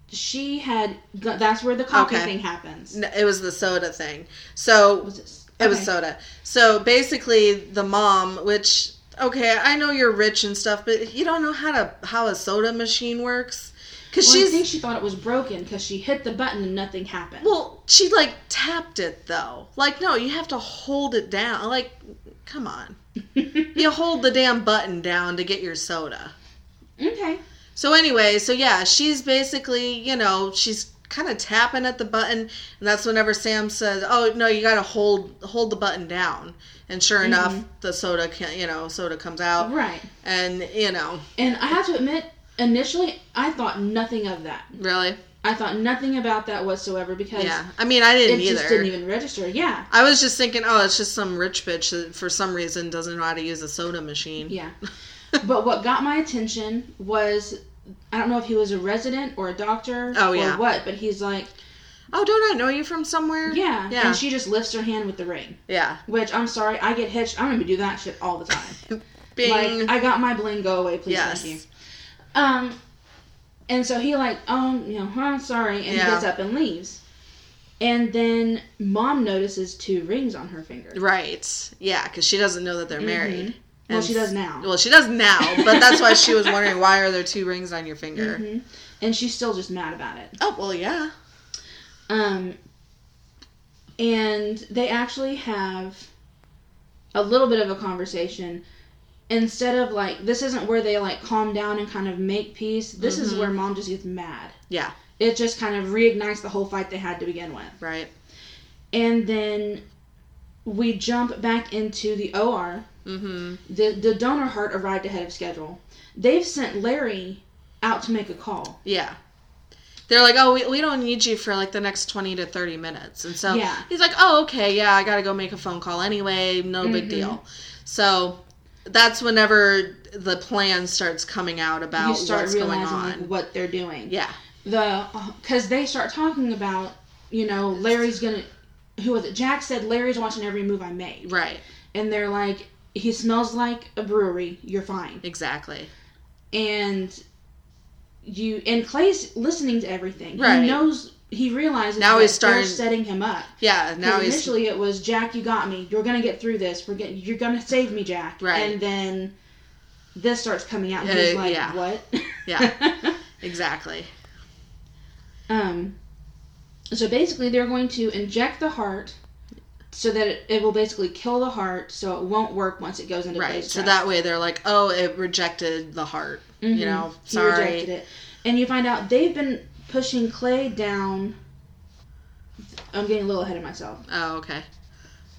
S5: she had. go- That's where the coffee
S4: Okay.
S5: thing happens.
S4: N- It was the soda thing. So
S5: Was it?
S4: It was
S5: okay.
S4: soda. So basically, the mom, which okay, I know you're rich and stuff, but you don't know how to how a soda machine works, because
S5: Well, I
S4: she's
S5: think she thought it was broken because she hit the button and nothing happened.
S4: well, she like tapped it though. Like no, you have to hold it down. Like, come
S5: [laughs]
S4: on, you hold the damn button down to get your soda.
S5: okay.
S4: So anyway, so yeah, she's basically, you know, she's kind of tapping at the button, and that's whenever Sam says, "Oh no, you got to hold hold the button down." And sure enough, the soda, can, you know, soda comes out,
S5: Mm-hmm. Right.
S4: and you know,
S5: And I have to admit, initially, I thought nothing of that.
S4: really,
S5: I thought nothing about that whatsoever because
S4: Yeah. I mean, I
S5: it
S4: didn't
S5: just
S4: either.
S5: didn't even register. Yeah,
S4: I was just thinking, oh, it's just some rich bitch that for some reason doesn't know how to use a soda machine. [laughs]
S5: yeah. but what got my attention was I don't know if he was a resident or a doctor
S4: Oh,
S5: or
S4: yeah.
S5: what, but he's like,
S4: Oh, don't I know you from somewhere?
S5: yeah.
S4: Yeah.
S5: And she just lifts her hand with the ring,
S4: yeah.
S5: which I'm sorry, I get hitched. I'm going to do that shit all the time.
S4: [laughs] Bing.
S5: Like, I got my bling. Go away, please.
S4: Yes.
S5: Thank you. Um, and so he like, um, you know, huh, sorry, and
S4: Yeah.
S5: he gets up and leaves. And then mom notices two rings on her finger.
S4: Right. Yeah, because she doesn't know that they're married.
S5: Mm-hmm. Well, she does
S4: now.
S5: now,
S4: Well, she does now, but that's why she was wondering why are there two rings on your finger?
S5: Mm-hmm. and she's still just mad about it.
S4: Oh, well, yeah.
S5: Um, and they actually have a little bit of a conversation. Instead of like, this isn't where they like calm down and kind of make peace. This is where mom just gets mad.
S4: Mm-hmm. Yeah,
S5: It just kind of reignites the whole fight they had to begin with.
S4: right.
S5: and then we jump back into the OR.
S4: Mhm.
S5: The the donor heart arrived ahead of schedule. They've sent Larry out to make a call.
S4: Yeah. They're like, "Oh, we, we don't need you for like the next 20 to 30 minutes." And so
S5: Yeah.
S4: he's like, "Oh, okay. Yeah, I got to go make a phone call anyway. No
S5: Mm-hmm.
S4: big deal." So that's whenever the plan starts coming out about
S5: you start
S4: what's going
S5: realizing like,
S4: on.
S5: what they're doing.
S4: yeah.
S5: The because they start talking about you know Larry's gonna who was it? Jack said Larry's watching every move I make,
S4: Right.
S5: and they're like he smells like a brewery. You're fine,
S4: Exactly.
S5: and you and Clay's listening to everything.
S4: Right.
S5: He knows. He realizes
S4: Now
S5: that
S4: he's starting-
S5: they're setting him up.
S4: Yeah, now
S5: Because
S4: he's
S5: initially it was Jack, you got me. You're gonna get through this. We're getting. You're gonna save me, Jack.
S4: Right.
S5: And then this starts coming out, and
S4: Uh,
S5: he's like,
S4: yeah.
S5: "What?" [laughs]
S4: Yeah. exactly.
S5: um. So basically, they're going to inject the heart, so that it, it will basically kill the heart, so it won't work once it goes into
S4: Right.
S5: Blaze
S4: So
S5: Trust.
S4: that way they're like, "Oh, it rejected the heart." You know,
S5: Mm-hmm. He
S4: sorry.
S5: rejected it, and you find out they've been pushing Clay down. I'm getting a little ahead of myself.
S4: Oh, okay.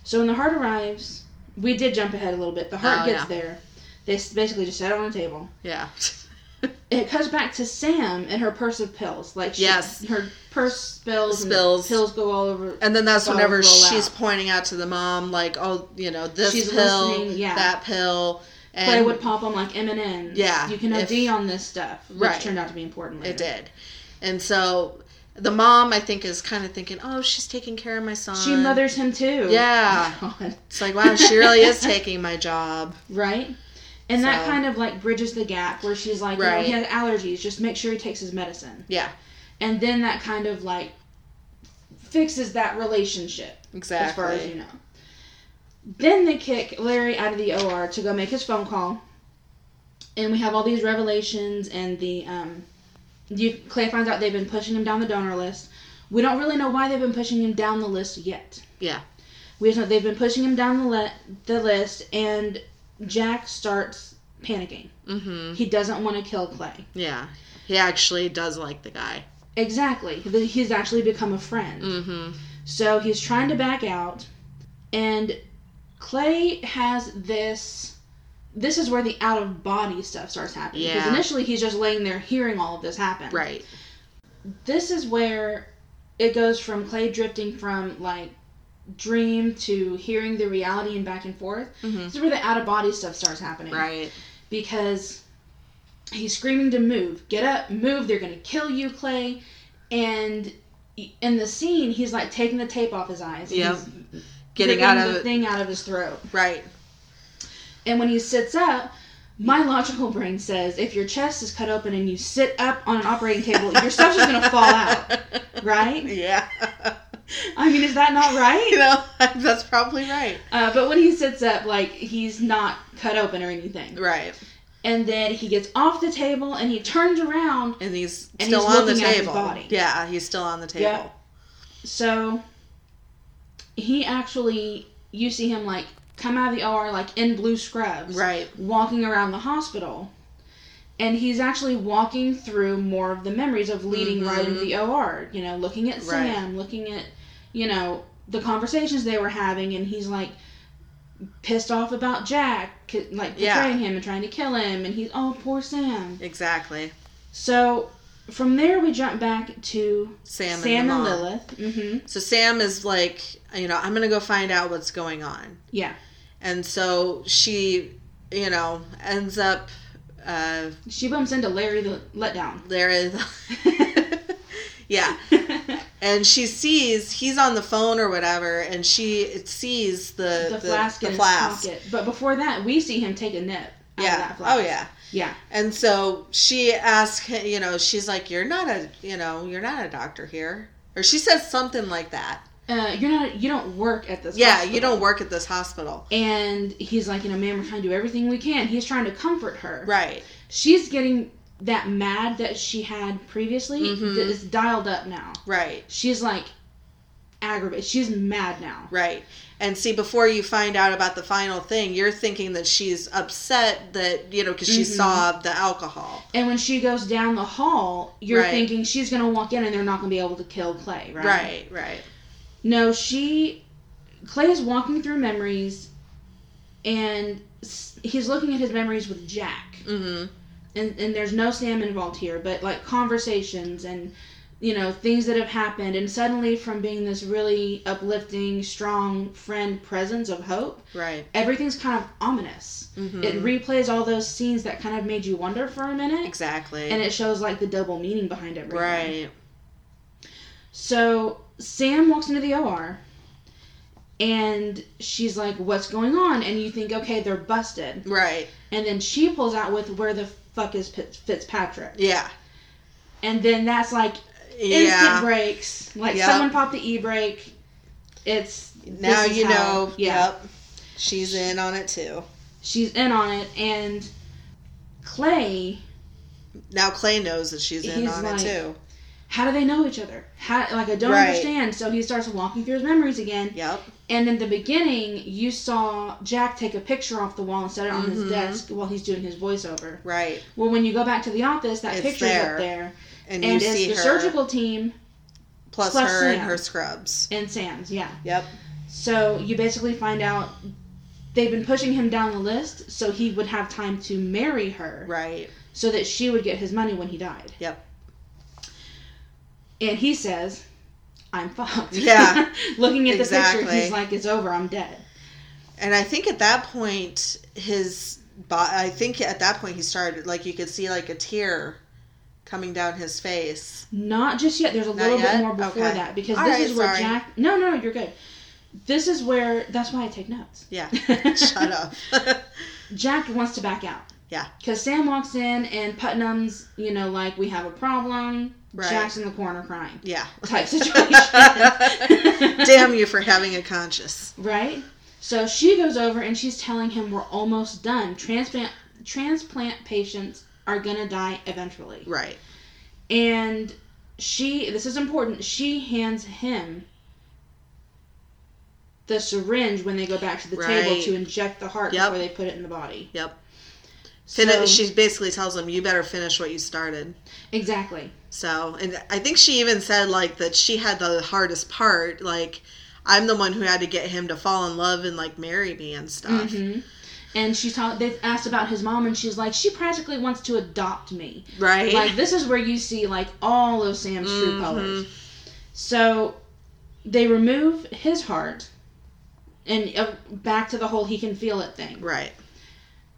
S5: So when the heart arrives, we did jump ahead a little bit. The heart
S4: Oh,
S5: gets
S4: yeah.
S5: there. They s- basically just set it on a table.
S4: Yeah. [laughs]
S5: It comes back to Sam and her purse of pills. Like she,
S4: Yes.
S5: her purse spills,
S4: Spills.
S5: and the pills go all over.
S4: And then that's
S5: Bottle
S4: whenever
S5: roll
S4: she's
S5: out.
S4: pointing out to the mom, like, oh, you know, this
S5: She's
S4: pill,
S5: listening, yeah.
S4: that pill, and
S5: Clay would pop them like M and M's.
S4: Yeah,
S5: you can
S4: if-
S5: OD on this stuff, which
S4: Right.
S5: turned out to be important. Later.
S4: it did. And so the mom, I think, is kind of thinking, oh, she's taking care of my son.
S5: She mothers him too. Oh
S4: Yeah.
S5: God.
S4: It's like, wow, she really
S5: [laughs]
S4: is taking my job.
S5: right. And that
S4: So-
S5: kind of like bridges the gap where she's like,
S4: Right.
S5: you know, he has allergies. Just make sure he takes his medicine.
S4: Yeah,
S5: And then that kind of like fixes that relationship.
S4: exactly.
S5: as far as you know. Then they kick Larry out of the OR to go make his phone call, and we have all these revelations and the um, you, Clay finds out they've been pushing him down the donor list. We don't really know why they've been pushing him down the list yet.
S4: Yeah.
S5: We just know they've been pushing him down the le- the list, and Jack starts panicking.
S4: Mm-hmm.
S5: He doesn't want to kill Clay.
S4: Yeah. He actually does like the guy.
S5: Exactly. He's actually become a friend.
S4: Mm-hmm.
S5: So he's trying to back out, and Clay has this. This is where the out of body stuff starts happening. Because
S4: Yeah.
S5: initially he's just laying there hearing all of this happen.
S4: Right.
S5: This is where it goes from Clay drifting from like dream to hearing the reality and back and forth.
S4: Mhm.
S5: This is where the out of body stuff starts happening.
S4: Right.
S5: Because he's screaming to move, get up, move, they're going to kill you, Clay. And in the scene, he's like taking the tape off his eyes.
S4: Yep.
S5: He's
S4: Getting
S5: ripping
S4: out of
S5: the
S4: it.
S5: thing out of his throat.
S4: Right.
S5: And when he sits up, my logical brain says if your chest is cut open and you sit up on an operating table, your stuff's just gonna
S4: [laughs]
S5: fall out, right?
S4: Yeah.
S5: I mean, is that
S4: [laughs]
S5: not
S4: you
S5: right?
S4: know, that's probably right.
S5: Uh, but when he sits up, like he's not cut open or anything.
S4: Right.
S5: And then he gets off the table and he turns around.
S4: And he's
S5: And
S4: still
S5: he's
S4: on the
S5: looking at his
S4: table.
S5: body.
S4: Yeah, he's still on the table.
S5: Yeah. So he actually, you see him like come out of the OR like in blue scrubs,
S4: Right.
S5: walking around the hospital and he's actually walking through more of the memories of leading right into the OR, you know, looking at
S4: Mm-hmm. Right.
S5: Sam, looking at, you know, the conversations they were having and he's like pissed off about Jack c- like
S4: Yeah.
S5: betraying him and trying to kill him and he's oh poor Sam.
S4: Exactly.
S5: So From there, we jump back to
S4: Sam,
S5: Sam
S4: and,
S5: and
S4: Lilith.
S5: Lilith. hmm
S4: So Sam is like, you know, I'm gonna go find out what's going on.
S5: Yeah,
S4: And so she, you know, ends up uh
S5: she bumps into Larry the Letdown. [laughs]
S4: there is [laughs] Yeah.
S5: the
S4: And she sees he's on the phone or whatever and she it sees the the,
S5: flask
S4: the
S5: in
S4: flask.
S5: his pocket. But before that, we see him take a nip. Out Of
S4: Yeah.
S5: that flask.
S4: Oh yeah.
S5: Yeah.
S4: And so she asks, him- you know, she's like, "You're not a, you know, you're not a doctor here," or she says something like that.
S5: Uh, you're not. You don't work at this.
S4: Yeah,
S5: hospital.
S4: you don't work at this hospital,
S5: And he's like, you know, man, we're trying to do everything we can. He's trying to comfort her.
S4: right?
S5: She's getting that mad that she had previously.
S4: Mhm.
S5: that is dialed up now.
S4: Right,
S5: She's like aggravated. She's mad now.
S4: right. And see, before you find out about the final thing, you're thinking that she's upset that you know because she
S5: Mhm.
S4: saw the alcohol,
S5: And when she goes down the hall, you're
S4: Right.
S5: thinking she's gonna walk in and they're not gonna be able to kill Clay, right?
S4: right? Right,
S5: No, she. Clay is walking through memories, and s- he's looking at his memories with Jack.
S4: hmm
S5: And and there's no Sam involved here, but like conversations and you know things that have happened. And suddenly, from being this really uplifting, strong friend presence of hope,
S4: right.
S5: everything's kind of ominous.
S4: hmm
S5: It replays all those scenes that kind of made you wonder for a minute.
S4: exactly.
S5: And it shows like the double meaning behind everything.
S4: right,
S5: So Sam walks into the OR and she's like, What's going on? And you think, Okay, they're busted.
S4: right.
S5: And then she pulls out with, Where the fuck is Fitz- Fitzpatrick?
S4: Yeah,
S5: And then that's like instant
S4: yeah.
S5: breaks. Like
S4: Yep.
S5: someone popped the e brake. It's
S4: Now
S5: this is
S4: you
S5: how-
S4: know.
S5: Yeah.
S4: Yep. She's in on it too.
S5: She's in on it. And Clay,
S4: Now Clay knows that she's in
S5: He's
S4: on
S5: like-
S4: it too.
S5: how do they know each other? How, like, I don't
S4: Right.
S5: understand. So he starts walking through his memories again.
S4: Yep.
S5: And in the beginning, you saw Jack take a picture off the wall and set it on
S4: Mhm.
S5: his desk while he's doing his voiceover.
S4: Right.
S5: Well, when you go back to the office, that
S4: It's
S5: picture's
S4: there.
S5: up there,
S4: And,
S5: and,
S4: you
S5: it's
S4: see
S5: the
S4: her
S5: surgical team
S4: plus
S5: plus
S4: her and
S5: Sam.
S4: her scrubs.
S5: and Sam's. Yeah.
S4: Yep.
S5: So you basically find out they've been pushing him down the list so he would have time to marry her,
S4: Right.
S5: so that she would get his money when he died.
S4: Yep.
S5: And he says, "I'm fucked."
S4: Yeah.
S5: [laughs] Looking at the
S4: Exactly.
S5: picture, he's like, "It's over. I'm dead."
S4: And I think at that point his bo- I think at that point he started like you could see like a tear coming down his face.
S5: Not just yet. There's a little bit
S4: yet?
S5: more before
S4: Okay.
S5: that because
S4: All
S5: this
S4: right,
S5: is where
S4: sorry.
S5: Jack. No, no, you're good. This is where. That's why I take notes. [laughs]
S4: Yeah. Shut up. [laughs]
S5: Jack wants to back out.
S4: Yeah.
S5: Because Sam walks in and Putnam's, you know, like we have a problem.
S4: Right.
S5: Jack's in the corner
S4: [laughs]
S5: crying
S4: yeah.
S5: type situation.
S4: Damn you for having a conscience.
S5: Right. So she goes over and she's telling him we're almost done. Transplant transplant patients are gonna die eventually.
S4: Right.
S5: And she, this is important, she hands him the syringe when they go back to the table
S4: Right.
S5: to inject the heart
S4: Yep.
S5: before they put it in the body.
S4: Yep.
S5: So,
S4: Fin- she basically tells him you better finish what you started.
S5: exactly.
S4: So, and I think she even said like that she had the hardest part. Like, I'm the one who had to get him to fall in love and like marry me and stuff.
S5: hmm And she's talk- they've asked about his mom, and she's like, she practically wants to adopt me.
S4: Right?
S5: Like, this is where you see, like, all of Sam's true
S4: Mhm.
S5: colors. So they remove his heart and uh, back to the whole he can feel it thing.
S4: right.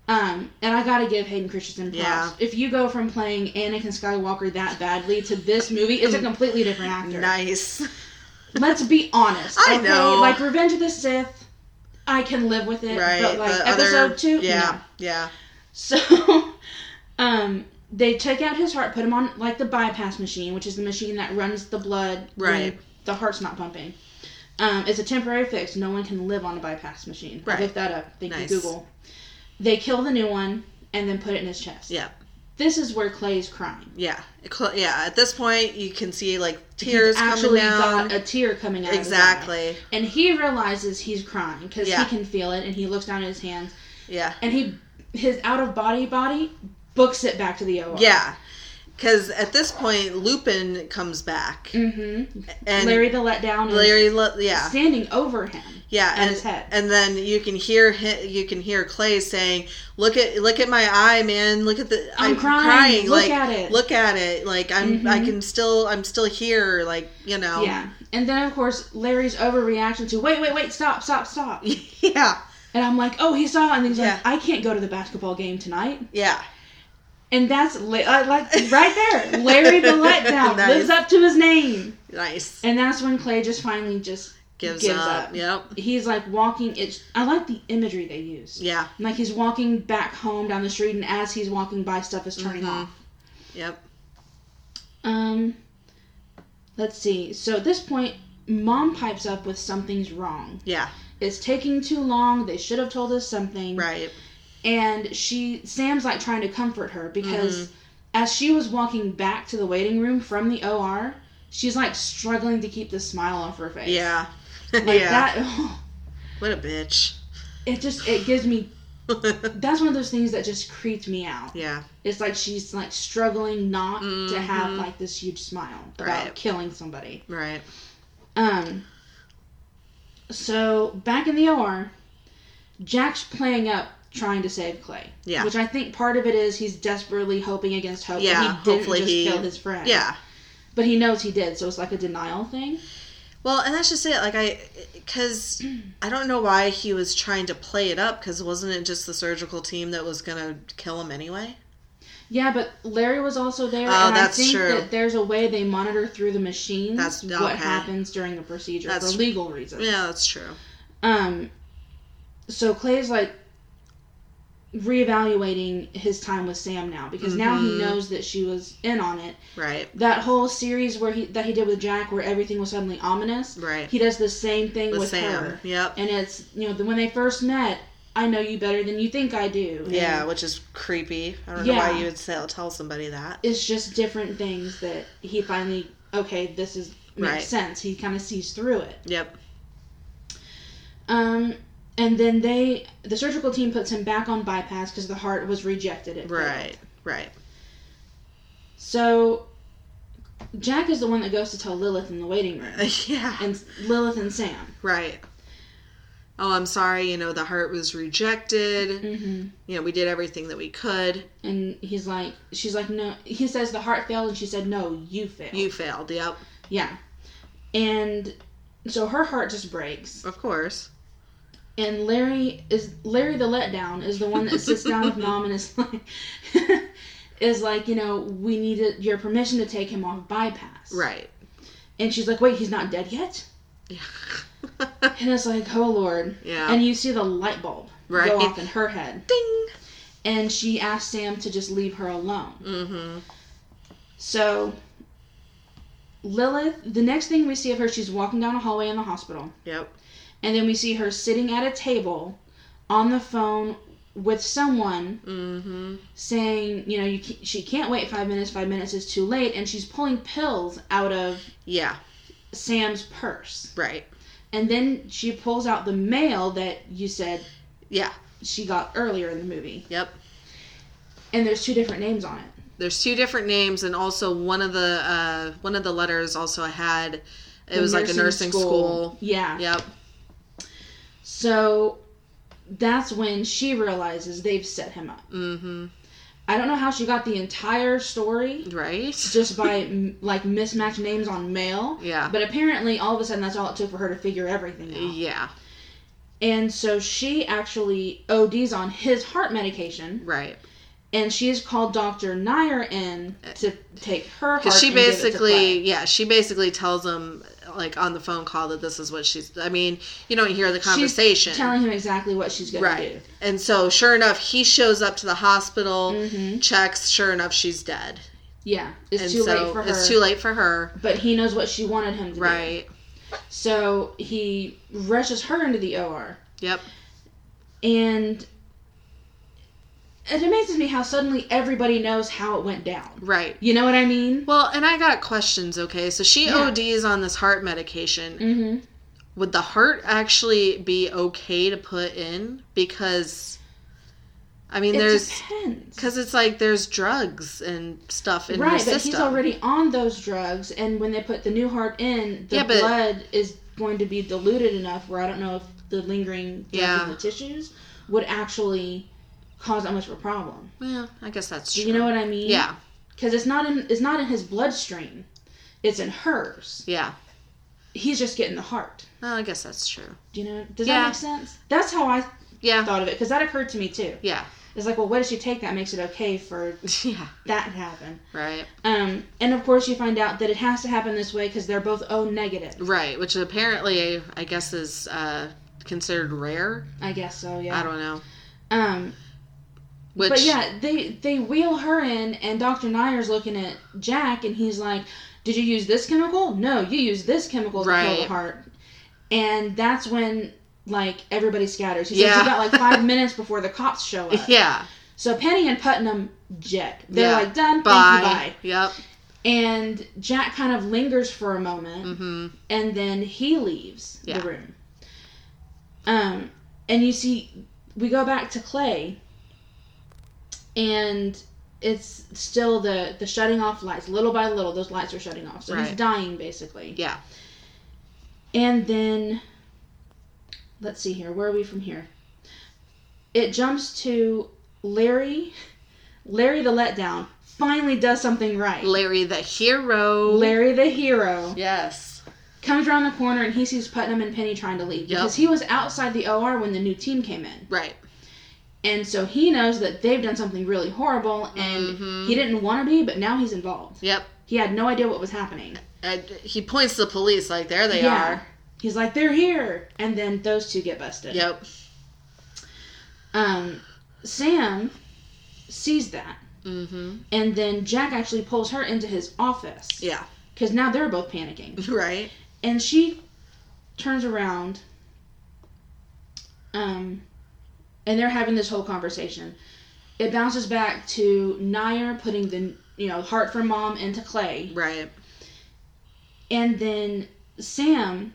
S5: Um, and I gotta give Hayden Christensen props.
S4: Yeah.
S5: If you go from playing Anakin Skywalker that badly to this movie, it's a completely different actor.
S4: Nice.
S5: Let's be honest.
S4: I know.
S5: Like Revenge of the Sith, I can live with it.
S4: Right.
S5: [laughs] But like
S4: the
S5: episode
S4: other,
S5: two,
S4: Yeah.
S5: no.
S4: Yeah.
S5: So, [laughs] um, they took out his heart, put him on like the bypass machine, which is the machine that runs the blood when
S4: Right.
S5: the heart's not pumping. Um, it's a temporary fix. No one can live on a bypass machine. I
S4: Right.
S5: looked that up. Thank
S4: Nice.
S5: you, Google. They kill the new one and then put it in his chest.
S4: Yeah.
S5: This is where Clay is crying.
S4: Yeah. Cl- Yeah. At this point, you can see like
S5: He's
S4: tears coming
S5: actually
S4: down.
S5: got a tear coming out. of his eye.
S4: exactly.
S5: And he realizes he's crying because
S4: Yeah.
S5: he can feel it, and he looks down at his hands,
S4: Yeah.
S5: and he his out of body body books it back to the OR.
S4: Yeah. Because at this point, Lupin comes back.
S5: Mm-hmm.
S4: And
S5: Larry the Letdown is
S4: Larry Le- yeah.
S5: standing over him.
S4: Yeah,
S5: at
S4: and
S5: his head.
S4: and then you can hear hi- you can hear Clay saying, "Look at look at my eye, man. Look at the
S5: I'm crying. Look
S4: like
S5: at it."
S4: look at it. Like I'm I
S5: Mhm.
S4: can still I'm still here. Like you know
S5: Yeah. And then, of course, Larry's overreaction to, wait, wait, wait, stop, stop, stop.
S4: [laughs] yeah
S5: And I'm like, oh, he saw. And he's
S4: Yeah.
S5: like, I can't go to the basketball game tonight.
S4: yeah
S5: And that's La- uh, like right
S4: [laughs]
S5: there. Larry the Letdown
S4: Nice.
S5: lives up to his name.
S4: nice
S5: And that's when Clay just finally just
S4: gives,
S5: gives
S4: up.
S5: up.
S4: Yep.
S5: he's like walking. It's I like the imagery they use.
S4: Yeah.
S5: Like he's walking back home down the street, and as he's walking by, stuff is turning
S4: Mhm.
S5: off.
S4: Yep.
S5: Um, let's see. So at this point, mom pipes up with something's wrong.
S4: Yeah.
S5: It's taking too long. They should have told us something.
S4: Right.
S5: and she Sam's like trying to comfort her
S4: Mm-hmm.
S5: because as she was walking back to the waiting room from the OR, she's like struggling to keep the smile off her face.
S4: Yeah. [laughs]
S5: Like
S4: yeah.
S5: that [laughs]
S4: What a bitch. [laughs]
S5: it just it gives me that's one of those things that just creeped me out.
S4: yeah.
S5: It's like she's like struggling not to have
S4: Mhm.
S5: like this huge smile about
S4: Right.
S5: killing somebody.
S4: Right.
S5: Um so back in the OR, Jack's playing up trying to save Clay.
S4: Yeah.
S5: Which I think part of it is he's desperately hoping against hope. that
S4: Yeah,
S5: he didn't
S4: hopefully
S5: just
S4: he-
S5: kill his friend.
S4: Yeah.
S5: But he knows he did, so it's like a denial thing.
S4: Well, and that's just it. Like I, because [clears throat] I don't know why he was trying to play it up. Because wasn't it just the surgical team that was gonna kill him anyway?
S5: Yeah, but Larry was also there,
S4: Oh,
S5: and
S4: that's
S5: I think
S4: true.
S5: that there's a way they monitor through the machines
S4: That's- okay.
S5: what happens during a procedure
S4: That's-
S5: for legal reasons.
S4: Yeah, that's true.
S5: Um, so Clay's like reevaluating his time with Sam now because now he
S4: Mhm.
S5: knows that she was in on it.
S4: Right.
S5: That whole series where he that he did with Jack, where everything was suddenly ominous.
S4: Right.
S5: He does the same thing with,
S4: With Sam.
S5: her,
S4: Yep.
S5: and it's you know the, when they first met, I know you better than you think I do. and
S4: Yeah, which is creepy. I don't know
S5: Yeah.
S4: why you would say, tell somebody that.
S5: it's just different things that he finally okay, this is makes
S4: Right.
S5: sense. He kind of sees through it.
S4: Yep.
S5: Um, and then they the surgical team puts him back on bypass because the heart was rejected. At birth.
S4: Right. Right.
S5: So Jack is the one that goes to tell Lilith in the
S4: [laughs]
S5: waiting room,
S4: yeah.
S5: and Lilith and Sam.
S4: Right. Oh, I'm sorry. You know, the heart was rejected.
S5: Mm-hmm.
S4: You know, we did everything that we could.
S5: And he's like, she's like, no. He says the heart failed, and she said, no, you failed.
S4: You failed. Yep.
S5: Yeah. And so her heart just breaks.
S4: Of course.
S5: And Larry is Larry the letdown is the one that sits down with mom and is [laughs] like is like, you know, we needed your permission to take him off bypass.
S4: Right.
S5: And she's like, Wait, he's not dead yet?
S4: Yeah. [laughs]
S5: And it's like, Oh Lord.
S4: yeah.
S5: And you see the light bulb
S4: right.
S5: go off in her head.
S4: Ding.
S5: And she asks Sam to just leave her alone.
S4: Mm-hmm.
S5: So Lilith, the next thing we see of her, she's walking down a hallway in the hospital.
S4: Yep.
S5: and then we see her sitting at a table on the phone with someone
S4: Mm-hmm.
S5: saying, you know, you can she can't wait five minutes. Five minutes is too late, and she's pulling pills out of
S4: Yeah.
S5: Sam's purse.
S4: Right.
S5: And then she pulls out the mail that you said
S4: Yeah.
S5: she got earlier in the movie,
S4: Yep.
S5: and there's two different names on it.
S4: There's two different names, and also one of the uh, one of the letters also had. It
S5: The
S4: was like a nursing school.
S5: Yeah.
S4: Yep.
S5: So that's when she realizes they've set him up.
S4: Mm-hmm.
S5: I don't know how she got the entire story
S4: Right.
S5: just by m- like mismatched names on mail.
S4: Yeah.
S5: But apparently, all of a sudden, that's all it took for her to figure everything out.
S4: Yeah.
S5: And so she actually ODs on his heart medication,
S4: Right.
S5: and she's called Dr. Nair in to take her heart.
S4: Because she
S5: and give it to
S4: basically,
S5: Clay.
S4: yeah, she basically tells him like on the phone call that this is what she's. I mean, you don't hear the conversation,
S5: She's telling him exactly what she's going
S4: right? And so, sure enough, he shows up to the hospital,
S5: to do. hmm
S4: checks. Sure enough, she's dead.
S5: Yeah, it's
S4: and
S5: too
S4: so
S5: late for her.
S4: it's too late for her,
S5: But he knows what she wanted him to do.
S4: right?
S5: So he rushes her into the OR,
S4: Yep.
S5: and it amazes me how suddenly everybody knows how it went down.
S4: Right.
S5: You know what I mean?
S4: Well, and I got questions. Okay, so she
S5: Yeah.
S4: ODs on this heart medication.
S5: Mm-hmm.
S4: Would the heart actually be okay to put in because I mean,
S5: it
S4: there's
S5: depends.
S4: because it's like there's drugs and stuff in your
S5: right, but
S4: system.
S5: he's already on those drugs, and when they put the new heart in, the
S4: Yeah, but-
S5: blood is going to be diluted enough where I don't know if the lingering drugs
S4: Yeah.
S5: in the tissues would actually cause that much of a problem.
S4: Yeah, I guess that's
S5: Do
S4: true.
S5: you know what I mean?
S4: Yeah,
S5: Because it's not in it's not in his bloodstream, it's in hers.
S4: yeah.
S5: He's just getting the heart.
S4: No, I guess that's true.
S5: Do you know? Does
S4: Yeah.
S5: that make sense? That's how I
S4: Yeah,
S5: thought of it because that occurred to me too.
S4: yeah,
S5: It's like, well, what does she take that makes it okay for
S4: [laughs] yeah.
S5: that to happen?
S4: Right,
S5: Um, and of course, you find out that it has to happen this way because they're both O negative.
S4: right. Which apparently, I guess, is uh, considered rare.
S5: I guess so. Yeah.
S4: I don't know.
S5: Um,
S4: Which, [laughs]
S5: but yeah, they they wheel her in, and Doctor Nyer's looking at Jack, and he's like, "Did you use this chemical? No, you used this chemical to kill
S4: Right.
S5: the heart." And that's when like everybody scatters. He says
S4: Yeah.
S5: you got
S4: [laughs]
S5: like five minutes before the cops show up.
S4: yeah.
S5: So Penny and Putnam jet. They're
S4: Yeah.
S5: like done.
S4: Bye.
S5: Thank you. Bye.
S4: Yep.
S5: And Jack kind of lingers for a moment,
S4: Mm-hmm.
S5: and then he leaves
S4: Yeah.
S5: the room. Um, and you see, we go back to Clay, and it's still the the shutting off lights. Little by little, those lights are shutting off. So
S4: Right.
S5: he's dying basically.
S4: Yeah.
S5: And then, let's see here. Where are we from here? It jumps to Larry. Larry the letdown finally does something right.
S4: Larry the hero.
S5: Larry the hero
S4: Yes.
S5: comes around the corner and he sees Putnam and Penny trying to leave
S4: Yep.
S5: because he was outside the OR when the new team came in.
S4: Right.
S5: And so he knows that they've done something really horrible and
S4: Mhm.
S5: he didn't want to be, but now he's involved.
S4: Yep.
S5: He had no idea what was happening.
S4: And he points to the police like there they are.
S5: He's like, they're here. And then those two get busted.
S4: Yep.
S5: Um, Sam sees that.
S4: Mm-hmm.
S5: And then Jack actually pulls her into his office.
S4: Yeah. [laughs]
S5: Because now they're both panicking.
S4: Right.
S5: and she turns around um and they're having this whole conversation it bounces back to Nair putting the you know heart for mom into clay
S4: Right.
S5: and then Sam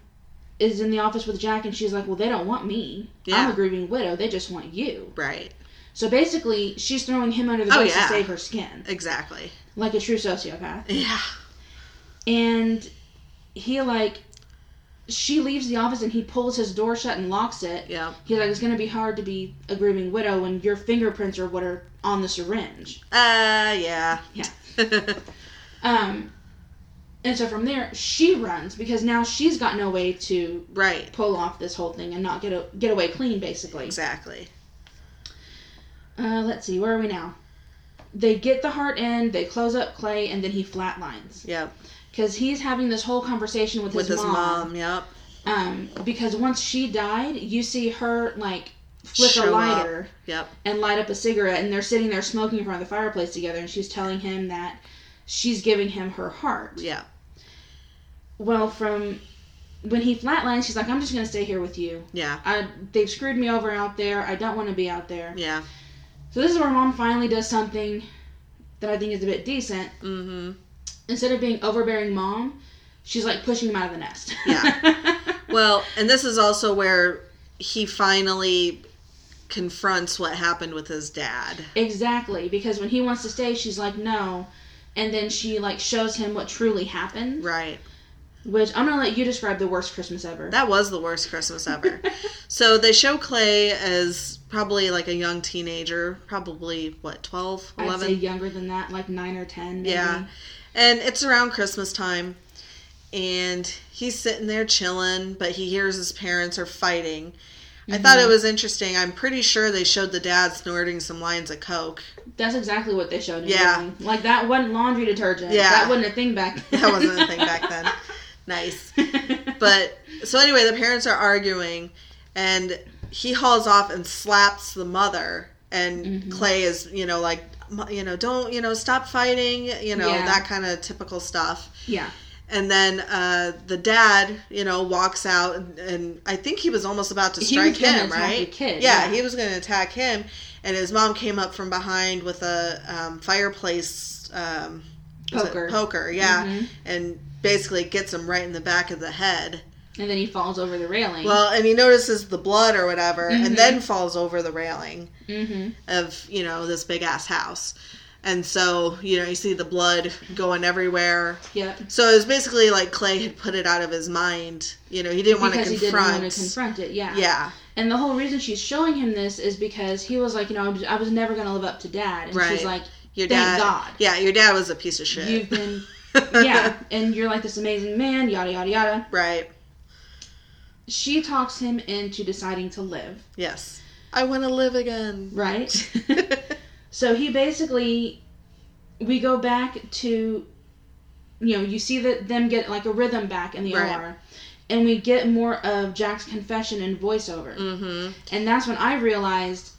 S5: is in the office with Jack and she's like well they don't want me I'm
S4: Yeah.
S5: a grieving widow they just want you
S4: Right.
S5: so basically she's throwing him under the bus
S4: Oh,
S5: to
S4: yeah.
S5: save her skin
S4: Exactly.
S5: like a true sociopath
S4: Yeah.
S5: and he like she leaves the office and he pulls his door shut and locks it
S4: Yep.
S5: He's like, it's gonna be hard to be a grieving widow when your fingerprints are what are on the syringe.
S4: Uh. Yeah.
S5: Yeah.
S4: Yeah.
S5: Um, and so from there, she runs because now she's got no way to
S4: [laughs] right.
S5: pull off this whole thing and not get a, get away clean, basically.
S4: Exactly.
S5: Uh, let's see, where are we now? They get the heart in, they close up Clay, and then he flatlines
S4: Yep.
S5: because he's having this whole conversation with
S4: With
S5: his
S4: his
S5: mom.
S4: mom. Yep.
S5: Um, because once she died, you see her like flick
S4: Show
S5: a
S4: up.
S5: lighter.
S4: Yep.
S5: and light up a cigarette and they're sitting there smoking in front of the fireplace together and she's telling him that she's giving him her heart
S4: Yeah.
S5: well from when he flatlines she's like i'm just going to stay here with you
S4: Yeah.
S5: I, they've screwed me over out there i don't want to be out there
S4: Yeah.
S5: so this is where mom finally does something that i think is a bit decent
S4: Mm-hmm.
S5: instead of being overbearing mom she's like pushing him out of the nest [laughs]
S4: Yeah. Well, and this is also where he finally confronts what happened with his dad.
S5: exactly because when he wants to stay she's like no and then she like shows him what truly happened
S4: Right.
S5: Which I'm gonna let you describe the worst Christmas ever.
S4: That was the worst Christmas
S5: [laughs]
S4: ever. so they show Clay as probably like a young teenager, probably what, 12,
S5: I'd
S4: 11?
S5: say younger than that, like nine or ten. Maybe.
S4: Yeah. And it's around Christmas time. And he's sitting there chilling, but he hears his parents are fighting. I thought it was interesting. I'm pretty sure they showed the dad snorting some lines of coke.
S5: that's exactly what they showed. Him
S4: Yeah.
S5: doing. like that wasn't laundry detergent.
S4: Yeah.
S5: that wasn't a thing back.
S4: [laughs]
S5: Then.
S4: That wasn't a thing back then. Nice.
S5: [laughs] then.
S4: But so anyway, the parents are arguing, and he hauls off and slaps the mother. And Clay is, you know, like, "M- you know, don't, you know, stop fighting, you know,
S5: Yeah.
S4: that kind of typical stuff.
S5: yeah,
S4: And then uh, the dad, you know, walks out, and, and I think he was almost about to
S5: He
S4: strike
S5: was gonna
S4: him,
S5: attack
S4: right?
S5: the kid,
S4: yeah,
S5: yeah.
S4: he was going to attack him, and his mom came up from behind with a um, fireplace um, was it
S5: Poker.
S4: poker, yeah,
S5: Mhm.
S4: and basically gets him right in the back of the head.
S5: and then he falls over the railing.
S4: Well, and he notices the blood or whatever, and then falls over the railing
S5: mm-hmm.
S4: of you know this big ass house, and so you know you see the blood going everywhere.
S5: Yep.
S4: So it was basically like Clay had put it out of his mind. You know, he didn't want to
S5: Because he didn't
S4: confront.
S5: want to confront it. Yeah.
S4: yeah,
S5: And the whole reason she's showing him this is because he was like, you know, I was, I was never gonna live up to dad, and
S4: Right.
S5: she's like,
S4: your dad.
S5: Thank God.
S4: Yeah, your dad was a piece of shit. [laughs]
S5: you've been, yeah, and you're like this amazing man, yada yada yada.
S4: right.
S5: She talks him into deciding to live,
S4: Yes. I want to live
S5: [laughs]
S4: again.
S5: right?
S4: [laughs]
S5: so he basically, we go back to, you know, you see that them get like a rhythm back in the
S4: Right.
S5: OR, and we get more of Jack's confession and voiceover.
S4: mm-hmm.
S5: And that's when I realized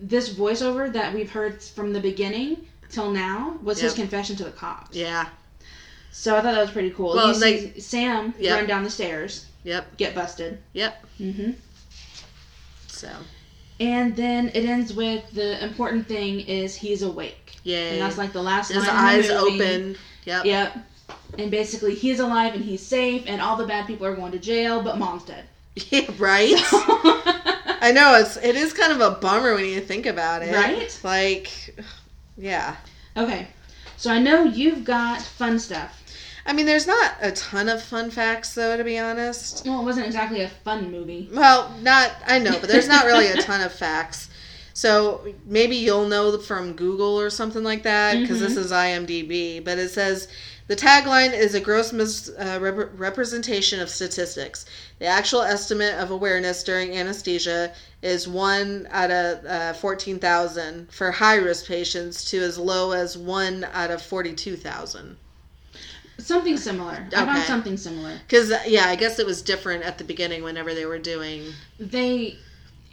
S5: this voiceover that we've heard from the beginning till now was his
S4: Yep.
S5: confession to the cops.
S4: Yeah.
S5: So I thought that was pretty cool.
S4: Well,
S5: you see Sam
S4: Yep.
S5: run down the stairs,
S4: Yep.
S5: get busted.
S4: Yep.
S5: hmm
S4: So,
S5: And then it ends with the important thing is he's awake.
S4: yay.
S5: And that's like the last
S4: His
S5: line in
S4: eyes
S5: the movie.
S4: open. Yep.
S5: Yep. And basically he's alive and he's safe and all the bad people are going to jail, but mom's dead.
S4: [laughs]
S5: [laughs]
S4: Yeah, right? I know it's it is kind of a bummer when you think about it.
S5: Right?
S4: Like yeah.
S5: okay. So I know you've got fun stuff.
S4: I mean there's not a ton of fun facts though to be honest.
S5: Well, it wasn't exactly a fun movie.
S4: Well, not I know, but there's not really a ton of facts. So maybe you'll know from Google or something like that because this is IMDb. But it says the tagline is a gross misrepresentation uh, rep- representation of statistics. The actual estimate of awareness during anesthesia is one out of uh, fourteen thousand for high risk patients to as low as one out of forty two thousand.
S5: Something similar. I found
S4: Okay.
S5: something similar.
S4: Because yeah, I guess it was different at the beginning whenever they were doing.
S5: They.